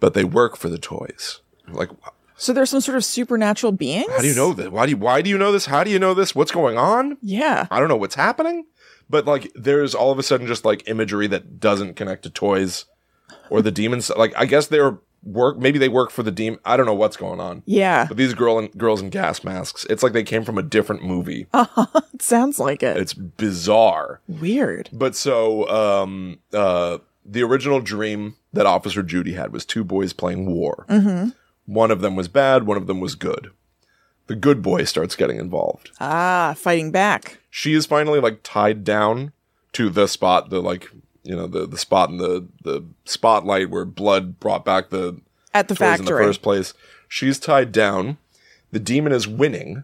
S2: but they work for the toys. Like,
S1: So there's some sort of supernatural beings?
S2: how do you know that? Why do you, why do you know this? How do you know this? What's going on?
S1: Yeah.
S2: I don't know what's happening, but like there's all of a sudden just like imagery that doesn't connect to toys or the demons. Like I guess they're work. Maybe they work for the demon. I don't know what's going on.
S1: Yeah. [LAUGHS]
S2: But these girl in, girls in gas masks. It's like they came from a different movie.
S1: It sounds like it.
S2: It's bizarre.
S1: Weird.
S2: But so um uh the original dream that Officer Judy had was two boys playing war.
S1: Mhm.
S2: One of them was bad. One of them was good. The good boy starts getting involved.
S1: Ah, fighting back.
S2: she is finally like tied down to the spot the like you know the the spot in the the spotlight where blood brought back the toys
S1: at the
S2: in
S1: factory.
S2: the first place she's tied down the demon is winning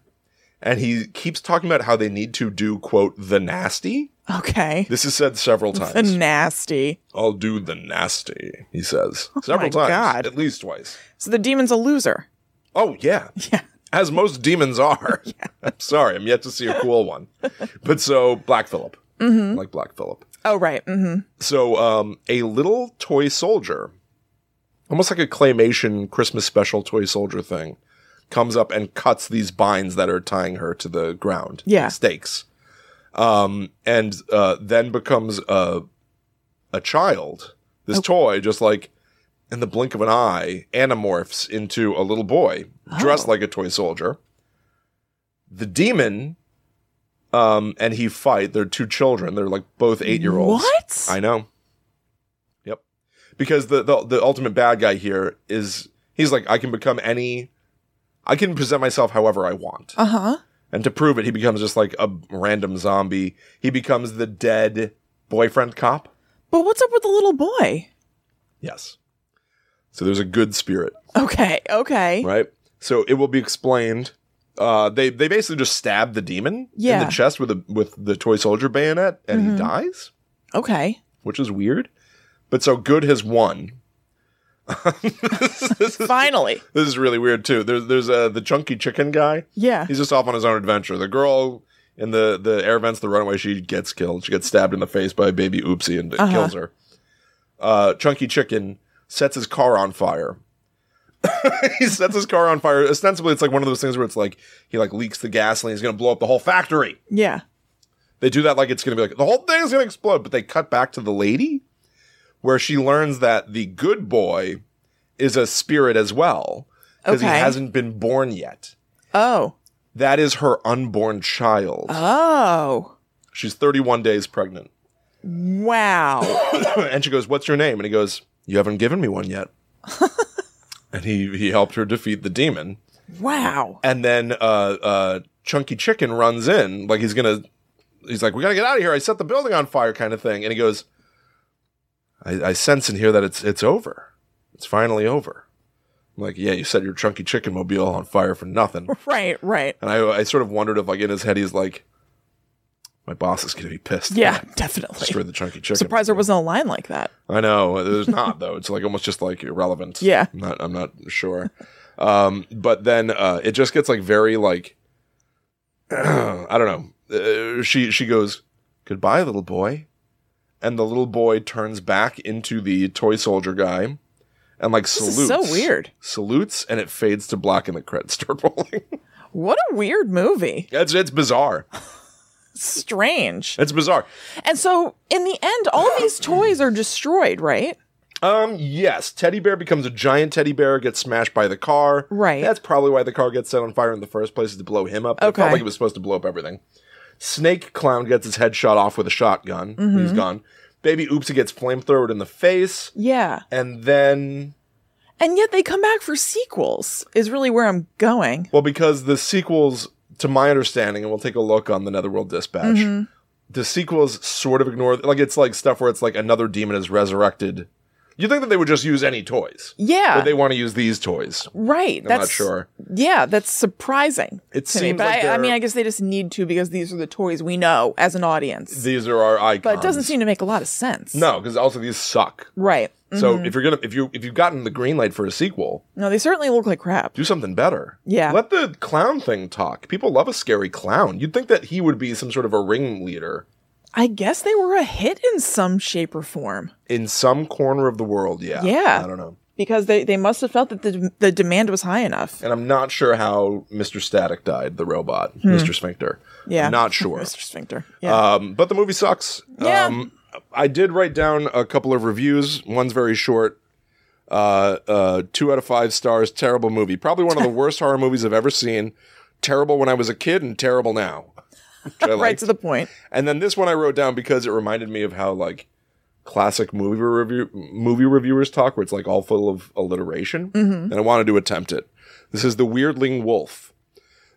S2: and he keeps talking about how they need to do quote the nasty [LAUGHS]
S1: okay. [LAUGHS]
S2: this is said several times
S1: The nasty.
S2: i'll do the nasty he says several
S1: Oh my
S2: times
S1: God.
S2: at least twice
S1: So the demon's a loser.
S2: oh yeah
S1: [LAUGHS] Yeah.
S2: as most demons
S1: [LAUGHS]
S2: are i'm [LAUGHS] sorry i'm yet to see a cool one but so black phillip
S1: Mm-hmm.
S2: like black phillip
S1: Oh right. Mm-hmm.
S2: So, um, a little toy soldier almost like a claymation Christmas special toy soldier thing, comes up and cuts these binds that are tying her to the ground.
S1: Yeah.
S2: Stakes. Um, and uh, then becomes a, a child. This toy just like in the blink of an eye anamorphs into a little boy dressed
S1: Oh.
S2: like a toy soldier. The demon um, and he fight. They're two children. They're like both eight year olds.
S1: What?
S2: I know. Yep. Because the, the the ultimate bad guy here is he's like I can become any, I can present myself however I want,
S1: Uh huh.
S2: and to prove it, he becomes just like a random zombie. He becomes the dead boyfriend cop.
S1: But what's up with the little boy?
S2: Yes. So there's a good spirit,
S1: Okay. Okay.
S2: right? So it will be explained. Uh, they they basically just stab the demon in
S1: Yeah. Mm-hmm.
S2: the chest with a with the toy soldier bayonet, and he dies.
S1: Okay.
S2: which is weird. But so good has won. [LAUGHS] this, is,
S1: Finally.
S2: this is really weird too. There's there's uh, the chunky chicken guy.
S1: Yeah.
S2: He's just off on his own adventure. The girl in the the air vents, the runaway, she gets killed. She gets stabbed in the face by baby Oopsie and it
S1: Uh-huh.
S2: kills her. Uh, chunky chicken sets his car on fire. [LAUGHS] he sets his car on fire. Ostensibly, it's like one of those things where it's like he like leaks the gasoline. He's gonna blow up the whole factory.
S1: Yeah.
S2: They do that like it's going to be like the whole thing's going to explode, but they cut back to the lady where she learns that the good boy is a spirit as well because he
S1: Okay.
S2: hasn't been born yet.
S1: Oh.
S2: That is her unborn child.
S1: Oh.
S2: She's 31 days pregnant. [COUGHS]
S1: Wow.
S2: and she goes, "What's your name?" And he goes, "You haven't given me one yet." and he he helped her defeat the demon.
S1: wow.
S2: And then uh, uh, Chunky Chicken runs in, like he's gonna, he's like, "We gotta get out of here! I set the building on fire," kind of thing. And he goes, "I, I sense in here that it's it's over. It's finally over." I'm like, "Yeah, you set your Chunky Chicken mobile on fire for nothing."
S1: Right. Right.
S2: and I, I sort of wondered if, like, in his head, he's like, "My boss is gonna be pissed."
S1: Yeah.
S2: Destroy
S1: Definitely.
S2: the chunky chicken.
S1: Surprised there wasn't a line like that.
S2: I know. There's not though. It's like almost just like irrelevant.
S1: Yeah.
S2: I'm not, I'm not sure. Um, but then uh, it just gets like very like [CLEARS THROAT] I don't know. Uh, she she goes goodbye, little boy, and the little boy turns back into the toy soldier guy, and like
S1: This
S2: salutes.
S1: is so weird.
S2: Salutes, and it fades to black, and the credits start rolling. [LAUGHS]
S1: What a weird movie.
S2: it's it's bizarre.
S1: Strange.
S2: It's bizarre.
S1: And so, in the end, all these toys are destroyed, right?
S2: Um, yes, teddy bear becomes a giant teddy bear, gets smashed by the car.
S1: Right.
S2: That's probably why the car gets set on fire in the first place is to blow him up. It
S1: Okay.
S2: felt like it was supposed to blow up everything. Snake clown gets his head shot off with a shotgun.
S1: Mm-hmm.
S2: He's gone. Baby Oopsie gets flamethrowered in the face,
S1: Yeah.
S2: and then
S1: And yet they come back for sequels, is really where I'm going.
S2: well, because the sequels, to my understanding, and we'll take a look on the Netherworld Dispatch.
S1: Mm-hmm.
S2: The sequels sort of ignore like it's like stuff where it's like another demon is resurrected. You think that they would just use any toys?
S1: Yeah.
S2: But they want to use these toys.
S1: right.
S2: I'm
S1: Uh, that's
S2: not sure.
S1: Yeah, that's surprising.
S2: It
S1: to me.
S2: seems
S1: but
S2: like
S1: I, I
S2: they're-
S1: mean, I guess they just need to because these are the toys we know as an audience.
S2: these are our icons.
S1: but it doesn't seem to make a lot of sense.
S2: no, because also these suck.
S1: Right.
S2: So
S1: Mm-hmm.
S2: if you're gonna if you if you've gotten the green light for a sequel,
S1: No, they certainly look like crap.
S2: do something better.
S1: Yeah.
S2: Let the clown thing talk. People love a scary clown. You'd think that he would be some sort of a ringleader
S1: I guess they were a hit in some shape or form
S2: in some corner of the world. Yeah.
S1: Yeah.
S2: I don't know.
S1: because they, they must have felt that the, the demand was high enough.
S2: And I'm not sure how Mr. Static died, the robot,
S1: Hmm.
S2: Mr. Sphincter.
S1: Yeah. [LAUGHS]
S2: Not sure.
S1: Mr. Sphincter. Yeah.
S2: Um, but the movie sucks.
S1: Yeah.
S2: Um, I did write down a couple of reviews. One's very short. Uh, uh, two out of five stars. Terrible movie. Probably
S1: [LAUGHS]
S2: one of the worst horror movies I've ever seen. Terrible when I was a kid and terrible now. Which I
S1: right
S2: liked.
S1: to the point.
S2: And then this one I wrote down because it reminded me of how like classic movie review movie reviewers talk, where it's like all full of alliteration. And I wanted to attempt it. This is the Weirdling Wolf.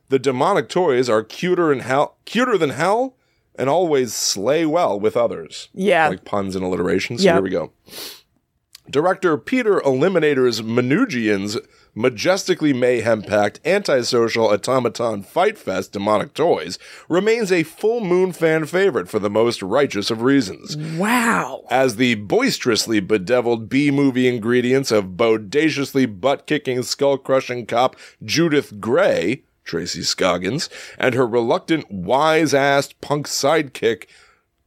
S2: The demonic toys are cuter and hell, cuter than hell, and always slay well with others.
S1: Yeah.
S2: like puns and alliteration. So
S1: Yeah.
S2: here we go. Director Peter Eliminator's Manugian's majestically mayhem packed antisocial automaton fight fest demonic toys remains a full moon fan favorite for the most righteous of reasons.
S1: Wow.
S2: As the boisterously bedeviled B movie ingredients of bodaciously butt kicking, skull crushing cop Judith Gray, Tracy Scoggins, and her reluctant, wise assed punk sidekick,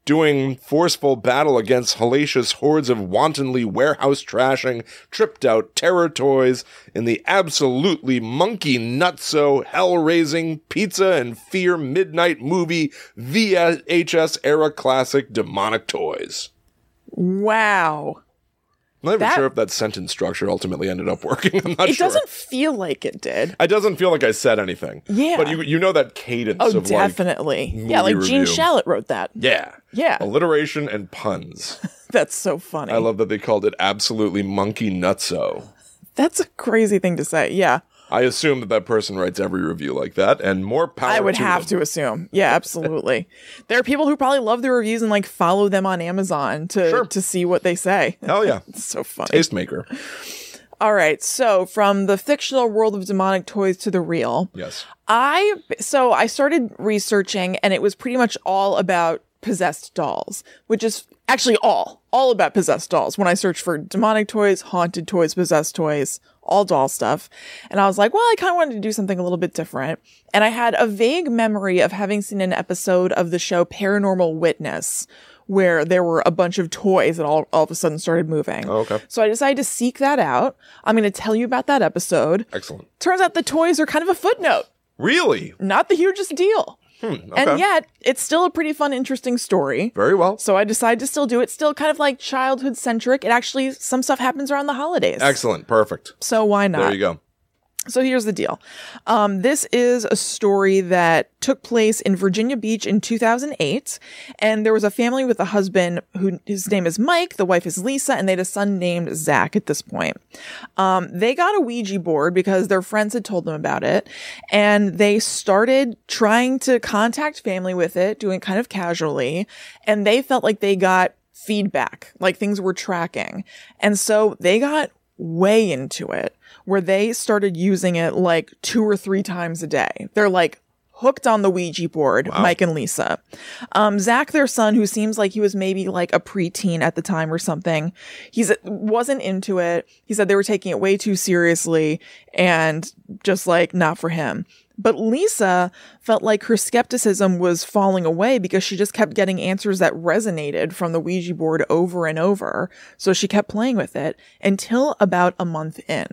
S2: doing forceful battle against hellacious hordes of wantonly warehouse trashing, tripped out terror toys in the absolutely monkey nutso, hell raising, pizza and fear midnight movie VHS era classic demonic toys.
S1: Wow.
S2: I'm not even
S1: That-
S2: sure if that sentence structure ultimately ended up working. [LAUGHS] I'm not
S1: It
S2: sure.
S1: doesn't feel like it did.
S2: it doesn't feel like I said anything.
S1: Yeah.
S2: But you you know that cadence
S1: Oh,
S2: of like
S1: definitely. yeah, like
S2: movie
S1: Gene
S2: review.
S1: Shalit wrote that.
S2: yeah.
S1: Yeah.
S2: Alliteration and puns.
S1: That's so funny.
S2: I love that they called it absolutely monkey nutso.
S1: That's a crazy thing to say. Yeah.
S2: I assume that that person writes every review like that, and more power.
S1: I would
S2: to
S1: have
S2: them.
S1: to assume.
S2: [LAUGHS]
S1: Yeah, absolutely. there are people who probably love the reviews and like follow them on Amazon to
S2: Sure.
S1: to see what they say. [LAUGHS]
S2: Hell yeah,
S1: It's so funny.
S2: tastemaker.
S1: All right. So, from the fictional world of demonic toys to the real,
S2: Yes.
S1: I so I started researching and it was pretty much all about possessed dolls, which is actually all all about possessed dolls. When I searched for demonic toys, haunted toys, possessed toys, all doll stuff. And I was like, well, I kind of wanted to do something a little bit different. And I had a vague memory of having seen an episode of the show Paranormal Witness where there were a bunch of toys that all, all of a sudden started moving.
S2: Oh, okay.
S1: So I decided to seek that out. I'm going to tell you about that episode.
S2: Excellent.
S1: Turns out the toys are kind of a footnote
S2: Really? Hmm.
S1: not the hugest deal.
S2: okay.
S1: And yet, it's still a pretty fun, interesting story.
S2: Very well.
S1: So I decided to still do it. Still kind of like childhood centric. It actually, some stuff happens around the holidays.
S2: Excellent. Perfect.
S1: So why not?
S2: There you go.
S1: So here's the deal. Um, this is a story that took place in Virginia Beach in 2008. And there was a family with a husband who his name is Mike, the wife is Lisa, and they had a son named Zach at this point. Um, they got a Ouija board because their friends had told them about it. And they started trying to contact family with it, doing it kind of casually. And they felt like they got feedback, like things were tracking. And so they got way into it where they started using it like two or three times a day. They're like hooked on the Ouija board, Mike and Lisa. Um, Zach, their son, who seems like he was maybe like a preteen at the time or something, he's wasn't into it. He said they were taking it way too seriously and just like not for him. But Lisa felt like her skepticism was falling away because she just kept getting answers that resonated from the Ouija board over and over. So she kept playing with it until about a month in.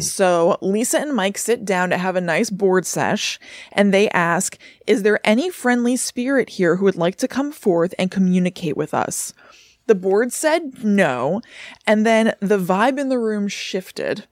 S1: So Lisa and Mike sit down to have a nice board sesh and they ask, Is there any friendly spirit here who would like to come forth and communicate with us? The board said no. And then the vibe in the room shifted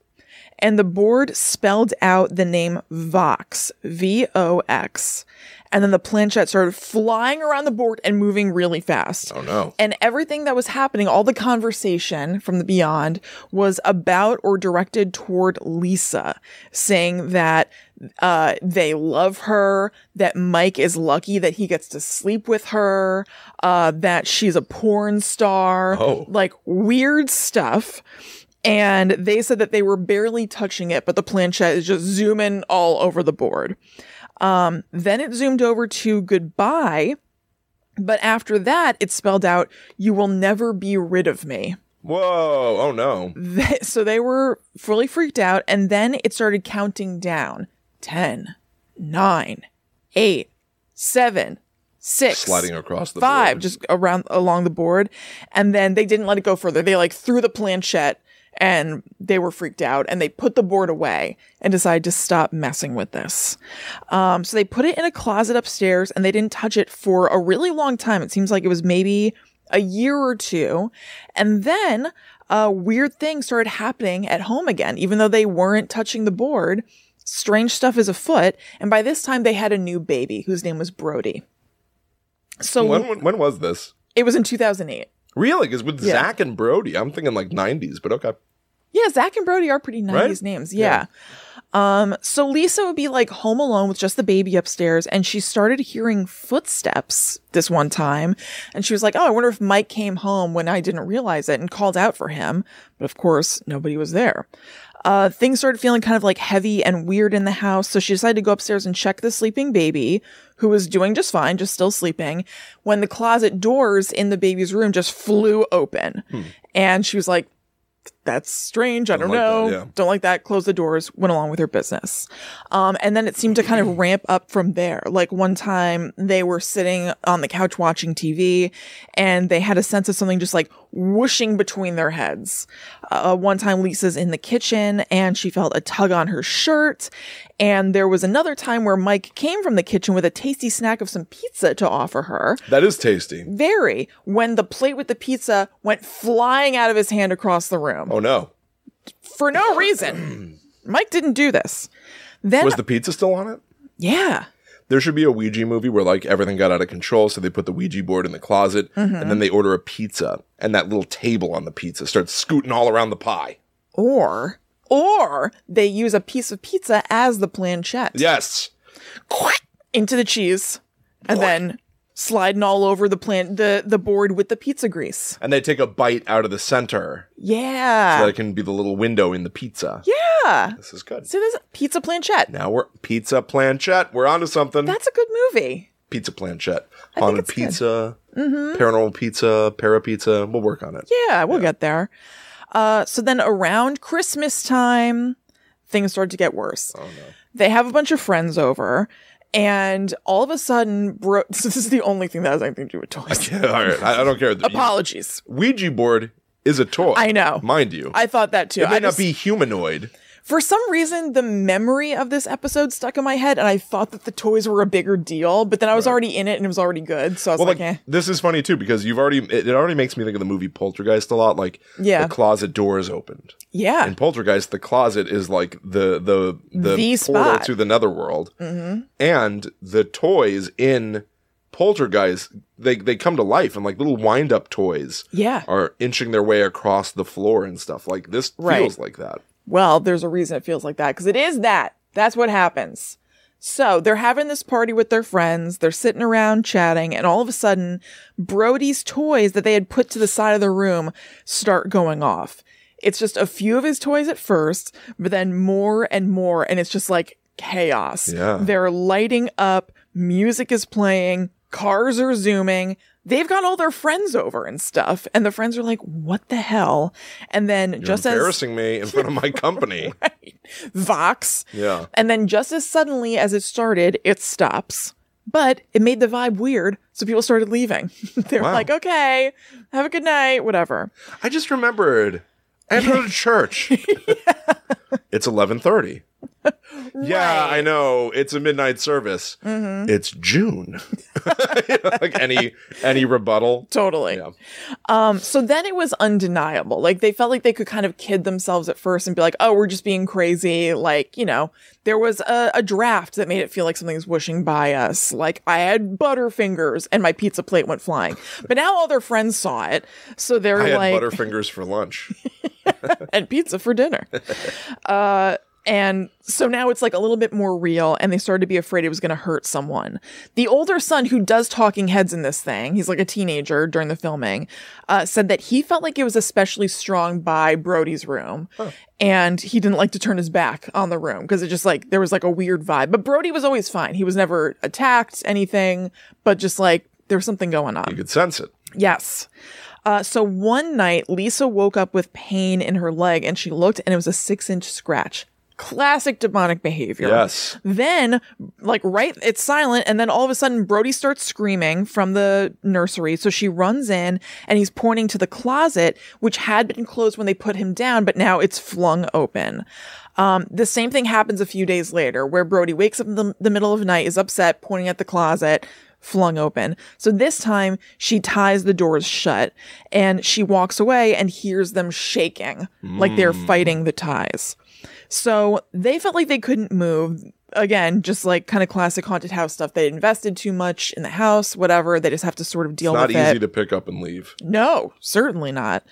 S1: and the board spelled out the name Vox, V O X. And then the planchette started flying around the board and moving really fast.
S2: Oh no.
S1: And everything that was happening, all the conversation from the beyond was about or directed toward Lisa, saying that uh, they love her, that Mike is lucky that he gets to sleep with her, uh, that she's a porn star,
S2: Oh.
S1: like weird stuff. And they said that they were barely touching it, but the planchette is just zooming all over the board. Um, then it zoomed over to goodbye. But after that, it spelled out, you will never be rid of me.
S2: Whoa. Oh no.
S1: They- so they were fully freaked out. And then it started counting down 10, 9, 8, 7, 6,
S2: Sliding across the
S1: five,
S2: board.
S1: just around along the board. And then they didn't let it go further. They like threw the planchette and they were freaked out and they put the board away and decided to stop messing with this. Um, so they put it in a closet upstairs and they didn't touch it for a really long time. It seems like it was maybe a year or two. And then a weird thing started happening at home again, even though they weren't touching the board. Strange stuff is afoot. And by this time, they had a new baby whose name was Brody. So
S2: When, when when was this?
S1: it was in 2008.
S2: Really? Because with
S1: Yeah.
S2: Zach and Brody, I'm thinking like 90s, but okay.
S1: Yeah, Zach and Brody are pretty 90s
S2: Right?
S1: names. Yeah. Um, so Lisa would be like home alone with just the baby upstairs, and she started hearing footsteps this one time. And she was like, Oh, I wonder if Mike came home when I didn't realize it and called out for him. But of course, nobody was there. Uh, things started feeling kind of like heavy and weird in the house. So she decided to go upstairs and check the sleeping baby, who was doing just fine, just still sleeping, when the closet doors in the baby's room just flew open. And she was like, that's strange. I
S2: Don't
S1: don't,
S2: like
S1: know.
S2: that, yeah.
S1: Don't like that. Closed the doors, went along with her business. Um, and then it seemed to kind
S2: [CLEARS THROAT]
S1: of ramp up from there. Like one time they were sitting on the couch watching TV and they had a sense of something just like whooshing between their heads. Uh, one time Lisa's in the kitchen and she felt a tug on her shirt. And there was another time where Mike came from the kitchen with a tasty snack of some pizza to offer her.
S2: That is tasty.
S1: Very when the plate with the pizza went flying out of his hand across the room
S2: Oh no.
S1: for no reason. Mike didn't do this. Then,
S2: Was the pizza still on it?
S1: yeah,
S2: There should be a Ouija movie where like everything got out of control, so they put the Ouija board in the closet
S1: Mm-hmm.
S2: and then they order a pizza and that little table on the pizza starts scooting all around the pie.
S1: or or they use a piece of pizza as the planchette
S2: Yes.
S1: into the cheese, and then sliding all over the plant the the board with the pizza grease.
S2: And they take a bite out of the center.
S1: Yeah,
S2: That can be the little window in the pizza.
S1: yeah.
S2: This is good.
S1: So this pizza planchette.
S2: Now we're pizza planchette. We're onto something.
S1: That's a good movie.
S2: pizza planchette. Haunted
S1: it's good. Mm-hmm.
S2: pizza, paranormal pizza, parapizza. We'll work on it.
S1: Yeah, we'll get there. Uh, so then around Christmas time, things start to get worse.
S2: Oh no.
S1: they have a bunch of friends over and all of a sudden bro [LAUGHS] so this is the only thing that has anything to do with toys
S2: Yeah, [LAUGHS] all right. I, I don't care.
S1: apologies
S2: Ouija board is a toy.
S1: I know.
S2: Mind you.
S1: i thought that too
S2: it may
S1: I
S2: not
S1: just-
S2: be humanoid.
S1: for some reason the memory of this episode stuck in my head and i thought that the toys were a bigger deal but then i was already in it and it was already good so i was
S2: Well,
S1: like,
S2: like,
S1: eh.
S2: this is funny too because you've already it, it already makes me think of the movie Poltergeist a lot. Like
S1: Yeah.
S2: the closet door is opened.
S1: yeah
S2: In Poltergeist, the closet is like the the the,
S1: The
S2: portal
S1: spot. Mm-hmm.
S2: to the netherworld, and the toys in Poltergeist they they come to life and like little wind up toys
S1: yeah
S2: are inching their way across the floor and stuff. Like this
S1: Right.
S2: feels like that.
S1: Well, there's a reason it feels like that because it is that. That's what happens. So they're having this party with their friends. They're sitting around chatting, and all of a sudden, Brody's toys that they had put to the side of the room start going off. It's just a few of his toys at first, but then more and more, and it's just like chaos.
S2: Yeah.
S1: They're lighting up, music is playing, cars are zooming. They've got all their friends over and stuff, and the friends are like, "What the hell?" And then
S2: You're
S1: just as
S2: embarrassing me in front of
S1: [LAUGHS]
S2: my company.
S1: Vox.
S2: Yeah.
S1: And then just as suddenly as it started, it stops. But it made the vibe weird, so people started leaving. [LAUGHS] they were
S2: Wow.
S1: like, okay, have a good night, whatever.
S2: I just remembered. I have to go
S1: [LAUGHS]
S2: to church. It's eleven thirty. Yeah,
S1: Right. Mm-hmm.
S2: I know. It's a midnight service. It's June. [LAUGHS] You know, like any any rebuttal.
S1: Totally.
S2: Yeah.
S1: Um, so then it was undeniable. Like they felt like they could kind of kid themselves at first and be like, oh, we're just being crazy. Like, you know, there was a, a draft that made it feel like something was whooshing by us. Like I had butterfingers and my pizza plate went flying. But now all their friends saw it. So they're
S2: I had
S1: like
S2: Butterfingers for lunch.
S1: and pizza for dinner. uh, and so now it's like a little bit more real, and they started to be afraid it was going to hurt someone. The older son, who does talking heads in this thing, he's like a teenager during the filming, uh, said that he felt like it was especially strong by Brody's room, and he didn't like to turn his back on the room because it just like there was like a weird vibe. But Brody was always fine; he was never attacked anything, but just like there was something going on.
S2: You could sense it.
S1: Yes. Uh, so one night, Lisa woke up with pain in her leg and she looked and it was a six inch scratch. Classic demonic behavior.
S2: Yes.
S1: Then, like, right, it's silent. And then all of a sudden, Brody starts screaming from the nursery. So she runs in and he's pointing to the closet, which had been closed when they put him down, but now it's flung open. Um, the same thing happens a few days later where Brody wakes up in the, the middle of the night, is upset, pointing at the closet, flung open. So this time she ties the doors shut and she walks away and hears them shaking like they're fighting the ties. So they felt like they couldn't move. Again, just like kind of classic haunted house stuff. They invested too much in the house, whatever. They just have to sort of deal
S2: Not
S1: with
S2: easy
S1: it.
S2: to pick up and leave.
S1: No, certainly not.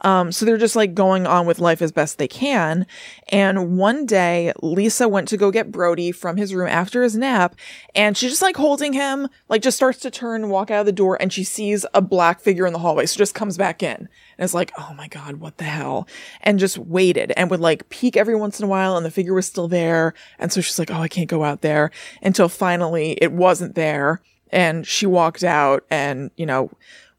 S1: Um, so they're just like going on with life as best they can. And one day, Lisa went to go get Brody from his room after his nap, and she's just like holding him, like just starts to turn and walk out of the door, and she sees a black figure in the hallway. So just comes back in and is like, oh my God, what the hell? And just waited and would like peek every once in a while, and the figure was still there. And so she's like, oh, I can't go out there until finally it wasn't there. And she walked out and, you know,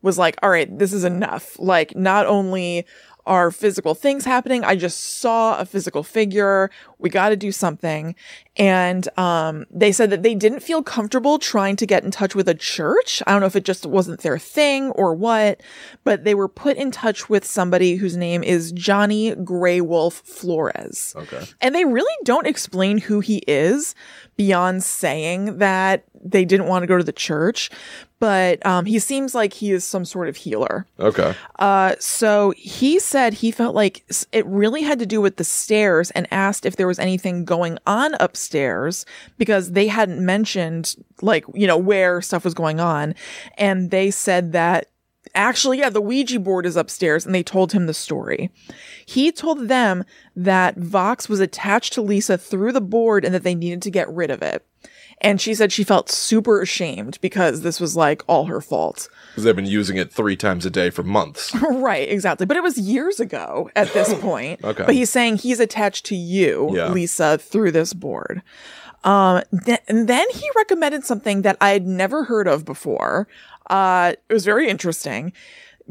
S1: was like, all right, this is enough. Like, not only are physical things happening. I just saw a physical figure. We got to do something. And um, they said that they didn't feel comfortable trying to get in touch with a church. I don't know if it just wasn't their thing or what, but they were put in touch with somebody whose name is Johnny Grey Wolf Flores.
S2: Okay.
S1: And they really don't explain who he is beyond saying that they didn't want to go to the church. But um, he seems like he is some sort of healer.
S2: Okay.
S1: Uh, so he said he felt like s- it really had to do with the stairs and asked if there was anything going on upstairs because they hadn't mentioned, like, you know, where stuff was going on. And they said that actually, yeah, the Ouija board is upstairs. And they told him the story. He told them that Vox was attached to Lisa through the board and that they needed to get rid of it. And she said she felt super ashamed because this was like all her fault.
S2: Because they've been using it three times a day for months.
S1: [LAUGHS] Right, exactly. But it was years ago at
S2: [LAUGHS]
S1: this point.
S2: Okay.
S1: But he's saying he's attached to you,
S2: Yeah.
S1: Lisa, through this board. Um, th- and then he recommended something that I had never heard of before. Uh, it was very interesting.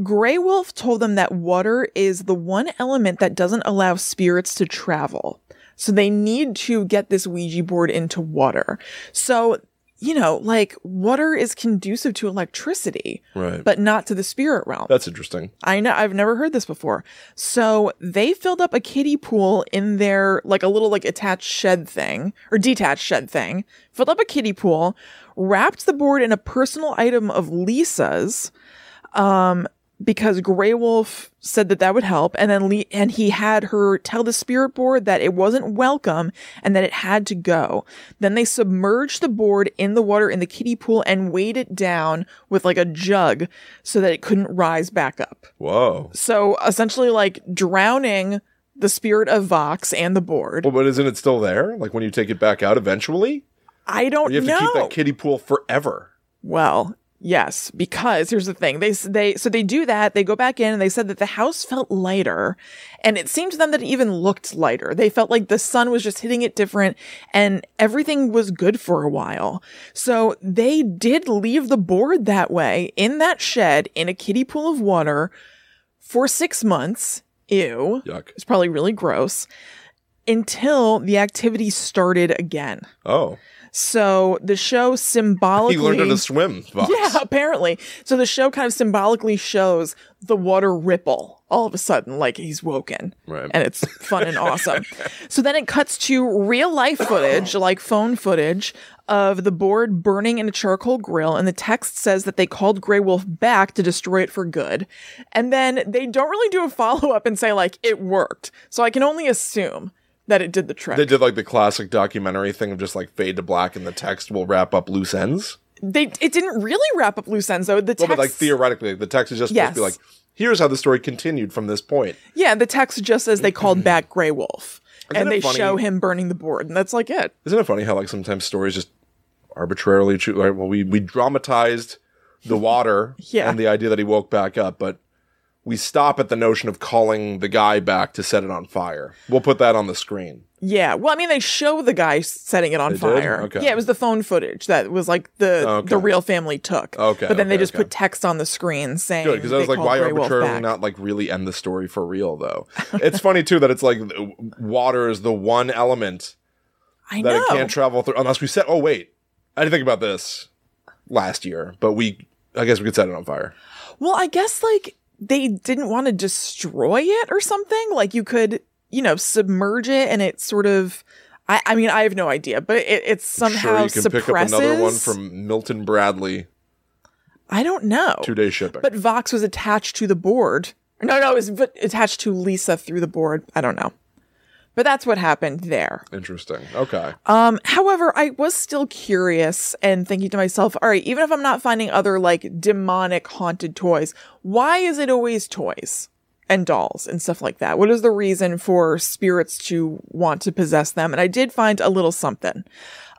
S1: Grey Wolf told them that water is the one element that doesn't allow spirits to travel. So they need to get this Ouija board into water. So, you know, like water is conducive to electricity,
S2: Right.
S1: but not to the spirit realm.
S2: That's interesting.
S1: I know I've never heard this before. So they filled up a kiddie pool in their like a little like attached shed thing or detached shed thing. Filled up a kiddie pool, wrapped the board in a personal item of Lisa's, um, because Grey Wolf said that that would help, and then Le- and he had her tell the spirit board that it wasn't welcome and that it had to go. Then they submerged the board in the water in the kiddie pool and weighed it down with like a jug so that it couldn't rise back up.
S2: Whoa.
S1: So essentially, like drowning the spirit of Vox and the board.
S2: Well, but isn't it still there? Like when you take it back out eventually?
S1: I don't
S2: Or you have
S1: know.
S2: to keep that kiddie pool forever.
S1: Well, yes, because here's the thing. They they so they do that. They go back in and they said that the house felt lighter, and it seemed to them that it even looked lighter. They felt like the sun was just hitting it different, and everything was good for a while. So they did leave the board that way in that shed in a kiddie pool of water for six months. Ew.
S2: Yuck.
S1: It's probably really gross until the activity started again.
S2: Oh.
S1: So the show symbolically
S2: [LAUGHS] He learned how to
S1: [LAUGHS]
S2: swim, Vox.
S1: yeah, apparently. So the show kind of symbolically shows the water ripple all of a sudden, like he's woken.
S2: Right.
S1: And it's fun and awesome. So then it cuts to real life footage, like phone footage, of the board burning in a charcoal grill. And the text says that they called Grey Wolf back to destroy it for good. And then they don't really do a follow up and say, like, it worked. So I can only assume that it did the trick.
S2: They did like the classic documentary thing of just like fade to black and the text will wrap up loose ends.
S1: They, it didn't really wrap up loose ends, though. The text.
S2: Well, but like theoretically, like, the text is just supposed to be
S1: Yes.
S2: like, here's how the story continued from this point.
S1: Yeah, the text just says they called
S2: [CLEARS THROAT]
S1: back Grey Wolf.
S2: Isn't
S1: and
S2: it
S1: they
S2: funny-
S1: show him burning the board, and that's like it.
S2: Isn't it funny how like sometimes stories just arbitrarily choose? Right? Well, we we dramatized
S1: [LAUGHS]
S2: the water
S1: Yeah.
S2: and the idea that he woke back up, but we stop at the notion of calling the guy back to set it on fire. We'll put that on the screen.
S1: Yeah. Well, I mean, they show the guy setting it on
S2: They did?
S1: fire.
S2: Okay.
S1: Yeah, it was the phone footage that was like the
S2: Okay.
S1: the real family took.
S2: Okay,
S1: But then they
S2: okay,
S1: just
S2: okay.
S1: put text on the screen saying
S2: Good, because I
S1: they
S2: was like,
S1: called
S2: why
S1: Grey Wolf
S2: arbitrarily
S1: back.
S2: not like really end the story for
S1: [LAUGHS]
S2: real though? It's funny too that it's like w- water is the one element
S1: I
S2: that
S1: know.
S2: it can't travel through unless we set. Oh wait, I didn't think about this last year, but we I guess we could set it on fire.
S1: Well, I guess like they didn't want to destroy it or something. Like you could, you know, submerge it and it sort of. I, I mean, I have no idea, but it, it's somehow
S2: sure, you can
S1: suppresses.
S2: pick up another one from Milton Bradley.
S1: I don't know.
S2: two day shipping.
S1: But Vox was attached to the board. No, no, it was v- attached to Lisa through the board. I don't know. But that's what happened there.
S2: Interesting. Okay.
S1: Um, however, I was still curious and thinking to myself, all right, even if I'm not finding other like demonic haunted toys, why is it always toys and dolls and stuff like that? What is the reason for spirits to want to possess them? And I did find a little something.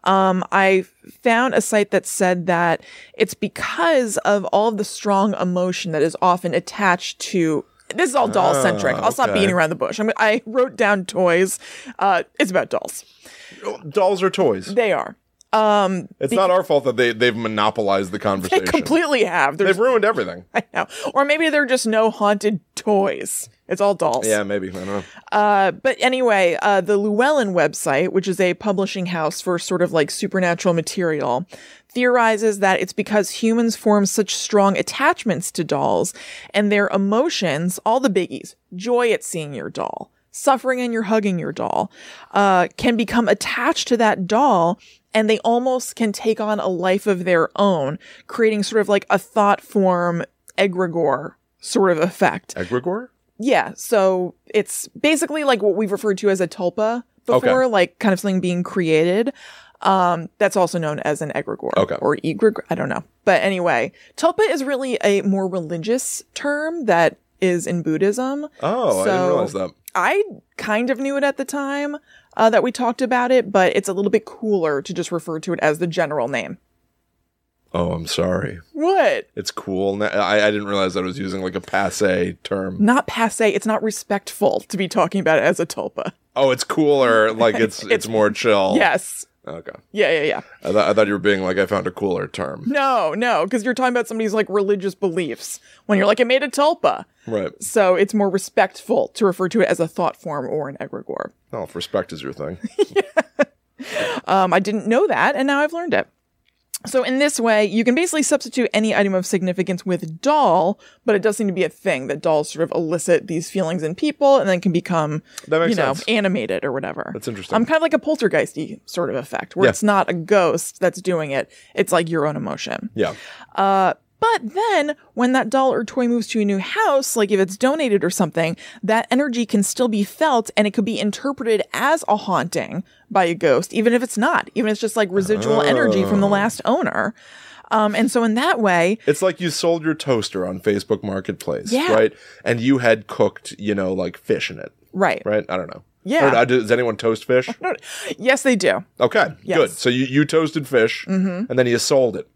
S1: Um, I found a site that said that it's because of all of the strong emotion that is often attached to. This is all doll centric. I'll stop
S2: okay.
S1: beating around the bush. I'm, I wrote down toys. Uh, it's about dolls.
S2: Dolls are toys.
S1: They are. Um,
S2: It's not our fault that they they've monopolized the
S1: they
S2: conversation.
S1: completely have. There's,
S2: They've ruined everything.
S1: [LAUGHS] I know. Or maybe they're just no haunted toys. It's all dolls.
S2: Yeah, maybe. I don't know.
S1: Uh, but anyway, uh, the Llewellyn website, which is a publishing house for sort of like supernatural material, theorizes that it's because humans form such strong attachments to dolls and their emotions, all the biggies, joy at seeing your doll, suffering and you're hugging your doll, uh, can become attached to that doll and they almost can take on a life of their own, creating sort of like a thought form egregore sort of effect.
S2: Egregore?
S1: Yeah, so it's basically like what we've referred to as a tulpa before, like kind of something being created. Um, that's also known as an egregore
S2: Okay.
S1: or egregore. I don't know. But anyway, tulpa is really a more religious term that is in Buddhism.
S2: Oh, I didn't
S1: So-
S2: realize that.
S1: I kind of knew it at the time uh, that we talked about it, but it's a little bit cooler to just refer to it as the general name.
S2: Oh, I'm sorry.
S1: What?
S2: It's cool. N- I, I didn't realize that I was using like a passe term.
S1: Not passe. It's not respectful to be talking about it as a tulpa.
S2: Oh, it's cooler.
S1: [LAUGHS]
S2: Like it's it's, more chill.
S1: Yes.
S2: Okay.
S1: Yeah, yeah, yeah.
S2: I, th- I thought you were being like I found a cooler term.
S1: No, no, because you're talking about somebody's like religious beliefs when you're like, it made a tulpa.
S2: Right.
S1: So it's more respectful to refer to it as a thought form or an egregore.
S2: Oh, if respect is your thing.
S1: Um, I didn't know that, and now I've learned it. So in this way, you can basically substitute any item of significance with doll, but it does seem to be a thing that dolls sort of elicit these feelings in people and then can become,
S2: That makes
S1: you know,
S2: sense.
S1: animated or whatever.
S2: That's interesting.
S1: um, kind of like a poltergeisty sort of effect, where
S2: Yeah.
S1: it's not a ghost that's doing it; it's like your own emotion.
S2: yeah.
S1: Uh, but then when that doll or toy moves to a new house, like if it's donated or something, that energy can still be felt and it could be interpreted as a haunting by a ghost, even if it's not, even if it's just like residual energy from the last
S2: Oh.
S1: owner. Um, and so in that way,
S2: It's like you sold your toaster on Facebook Marketplace,
S1: Yeah.
S2: right? And you had cooked, you know, like fish in it,
S1: right.
S2: right? I don't know.
S1: Yeah.
S2: I don't know. Do- Does anyone toast fish?
S1: Yes, they do.
S2: Okay,
S1: Yes. Mm-hmm.
S2: good. So you, you toasted fish and then you sold it.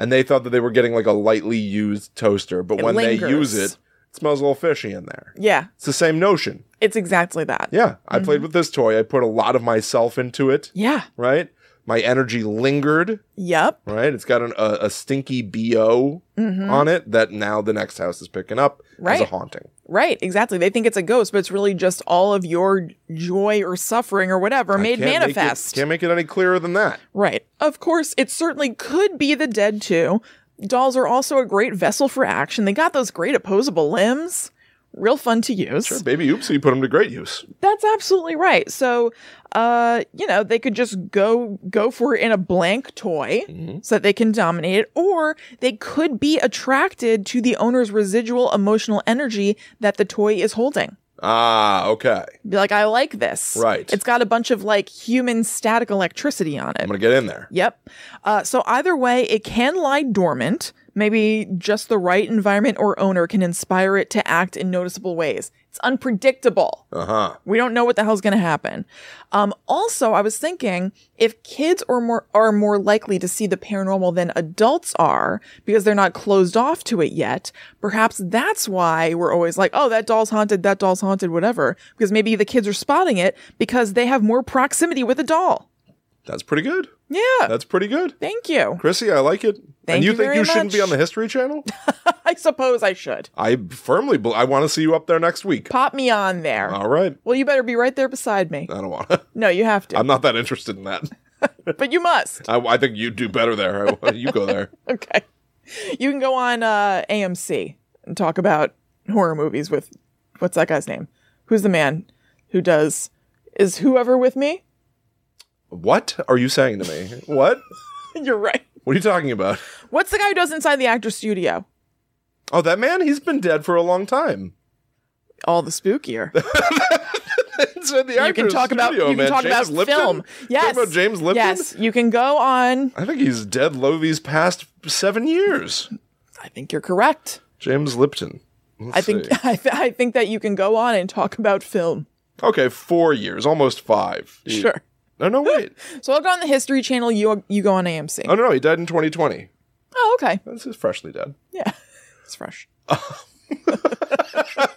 S2: And they thought that they were getting like a lightly used toaster, but
S1: It
S2: when they
S1: lingers.
S2: use it, it smells a little fishy in there.
S1: Yeah,
S2: It's the same notion.
S1: it's exactly that.
S2: Yeah, I
S1: Mm-hmm.
S2: played with this toy. I put a lot of myself into it,
S1: Yeah.
S2: right? My energy lingered,
S1: Yep.
S2: right? It's got an, a, a stinky BO on it that now the next house is picking up as a
S1: Mm-hmm. Right.
S2: haunting.
S1: Right. Exactly. They think it's a ghost, but it's really just all of your joy or suffering or whatever made
S2: Can't make it-
S1: manifest.
S2: can't make it any clearer than that.
S1: Right. Of course, it certainly could be the dead too. Dolls are also a great vessel for action. They got those great opposable limbs. Real fun to use.
S2: Baby Oopsie put them to great use.
S1: That's absolutely right. So, uh, you know, they could just go go for it in a blank toy so that they can dominate it, or they could be attracted to the owner's residual emotional energy that the toy is holding.
S2: Ah, okay.
S1: Be like, I like this.
S2: Right.
S1: It's got a bunch of like human static electricity on it.
S2: I'm going to get in there.
S1: Yep. Uh, so either way, it can lie dormant. Maybe just the right environment or owner can inspire it to act in noticeable ways. It's unpredictable.
S2: Uh huh.
S1: We don't know what the hell's going to happen. Um, also, I was thinking if kids are more are more likely to see the paranormal than adults are because they're not closed off to it yet. Perhaps that's why we're always like, "Oh, that doll's haunted. That doll's haunted." Whatever, because maybe the kids are spotting it because they have more proximity with a doll.
S2: That's pretty good.
S1: Yeah.
S2: That's pretty good.
S1: Thank you.
S2: Chrissy, I like it.
S1: Uh, Thank
S2: and you,
S1: you
S2: think
S1: very
S2: you shouldn't be
S1: much.
S2: on the History Channel?
S1: [LAUGHS] I suppose I should.
S2: I firmly bel I want to see you up there next week.
S1: Pop me on there.
S2: All right.
S1: Well, you better be right there beside me.
S2: I don't want to.
S1: No, you have to.
S2: I'm not that interested in that.
S1: but you must. [LAUGHS]
S2: I, I think you do better there. I- you go there.
S1: Okay. You can go on uh, AMC and talk about horror movies with what's that guy's name? Who's the man who does is whoever with me? [LAUGHS]
S2: What are you saying to me? What?
S1: You're right.
S2: What are you talking about?
S1: What's the guy who does inside the actor studio?
S2: Oh, that man, he's been dead for a long time. [LAUGHS]
S1: All the spookier.
S2: so the
S1: You can
S2: actor's
S1: talk about you
S2: studio,
S1: can
S2: man,
S1: talk
S2: James
S1: about
S2: Lipton?
S1: film. Yes.
S2: Talking about James Lipton?
S1: Yes. You can go on.
S2: I think he's dead low these past seven years.
S1: I think you're correct.
S2: James Lipton. Let's
S1: I think
S2: see.
S1: [LAUGHS] I, th- I think that you can go on and talk about film.
S2: Okay, four years, almost five. He-
S1: Sure.
S2: No, no, wait.
S1: So I'll go on the History Channel. You you go on AMC.
S2: Oh no, no, he died in 2020.
S1: Oh, okay.
S2: This is freshly dead. [LAUGHS]
S1: Yeah, it's fresh.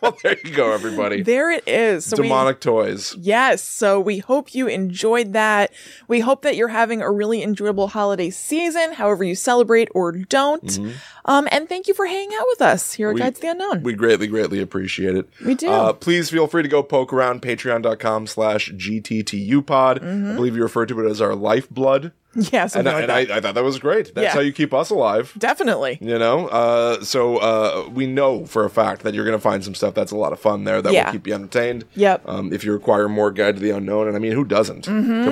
S2: well, there you go, everybody.
S1: There it is. So we,
S2: Demonic toys.
S1: Yes. So we hope you enjoyed that. We hope that you're having a really enjoyable holiday season, however you celebrate or don't. Um, and thank you for hanging out with us here at
S2: Mm-hmm. We-
S1: Guides to the Unknown. [LAUGHS]
S2: We greatly, greatly appreciate it.
S1: We do.
S2: Uh, please feel free to go poke around patreon.com slash gttupod.
S1: Mm-hmm.
S2: I believe you referred to it as our lifeblood.
S1: yes.
S2: And, I, and I, I thought that was great. That's
S1: Yeah.
S2: how you keep us alive.
S1: definitely.
S2: You know, uh, so uh, we know for a fact that you're going to find some stuff that's a lot of fun there that
S1: Yeah.
S2: will keep you entertained.
S1: Yep.
S2: Um, if you require more Guide to the Unknown, and I mean, who doesn't? Come on. That's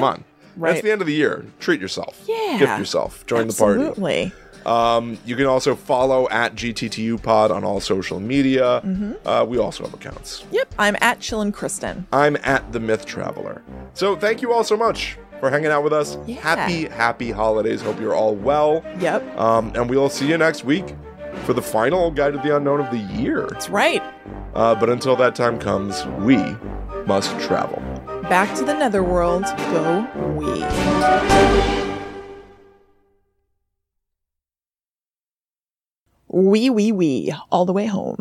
S1: Mm-hmm. Right.
S2: the end of the year. Treat yourself.
S1: Yeah.
S2: Gift yourself. Join the party.
S1: Absolutely.
S2: Um, you can also follow at GTTU Pod on all social media. Uh, we also have accounts.
S1: Yep. I'm at Chillin' Kristen.
S2: I'm at the Myth Traveler. So thank you all so much for hanging out with us.
S1: Yeah.
S2: Happy, happy holidays. Hope you're all well.
S1: Yep.
S2: Um, and we'll see you next week for the final Guide to the Unknown of the year.
S1: That's right.
S2: Uh, but until that time comes, we must travel.
S1: Back to the netherworld go we. Wee wee wee all the way home.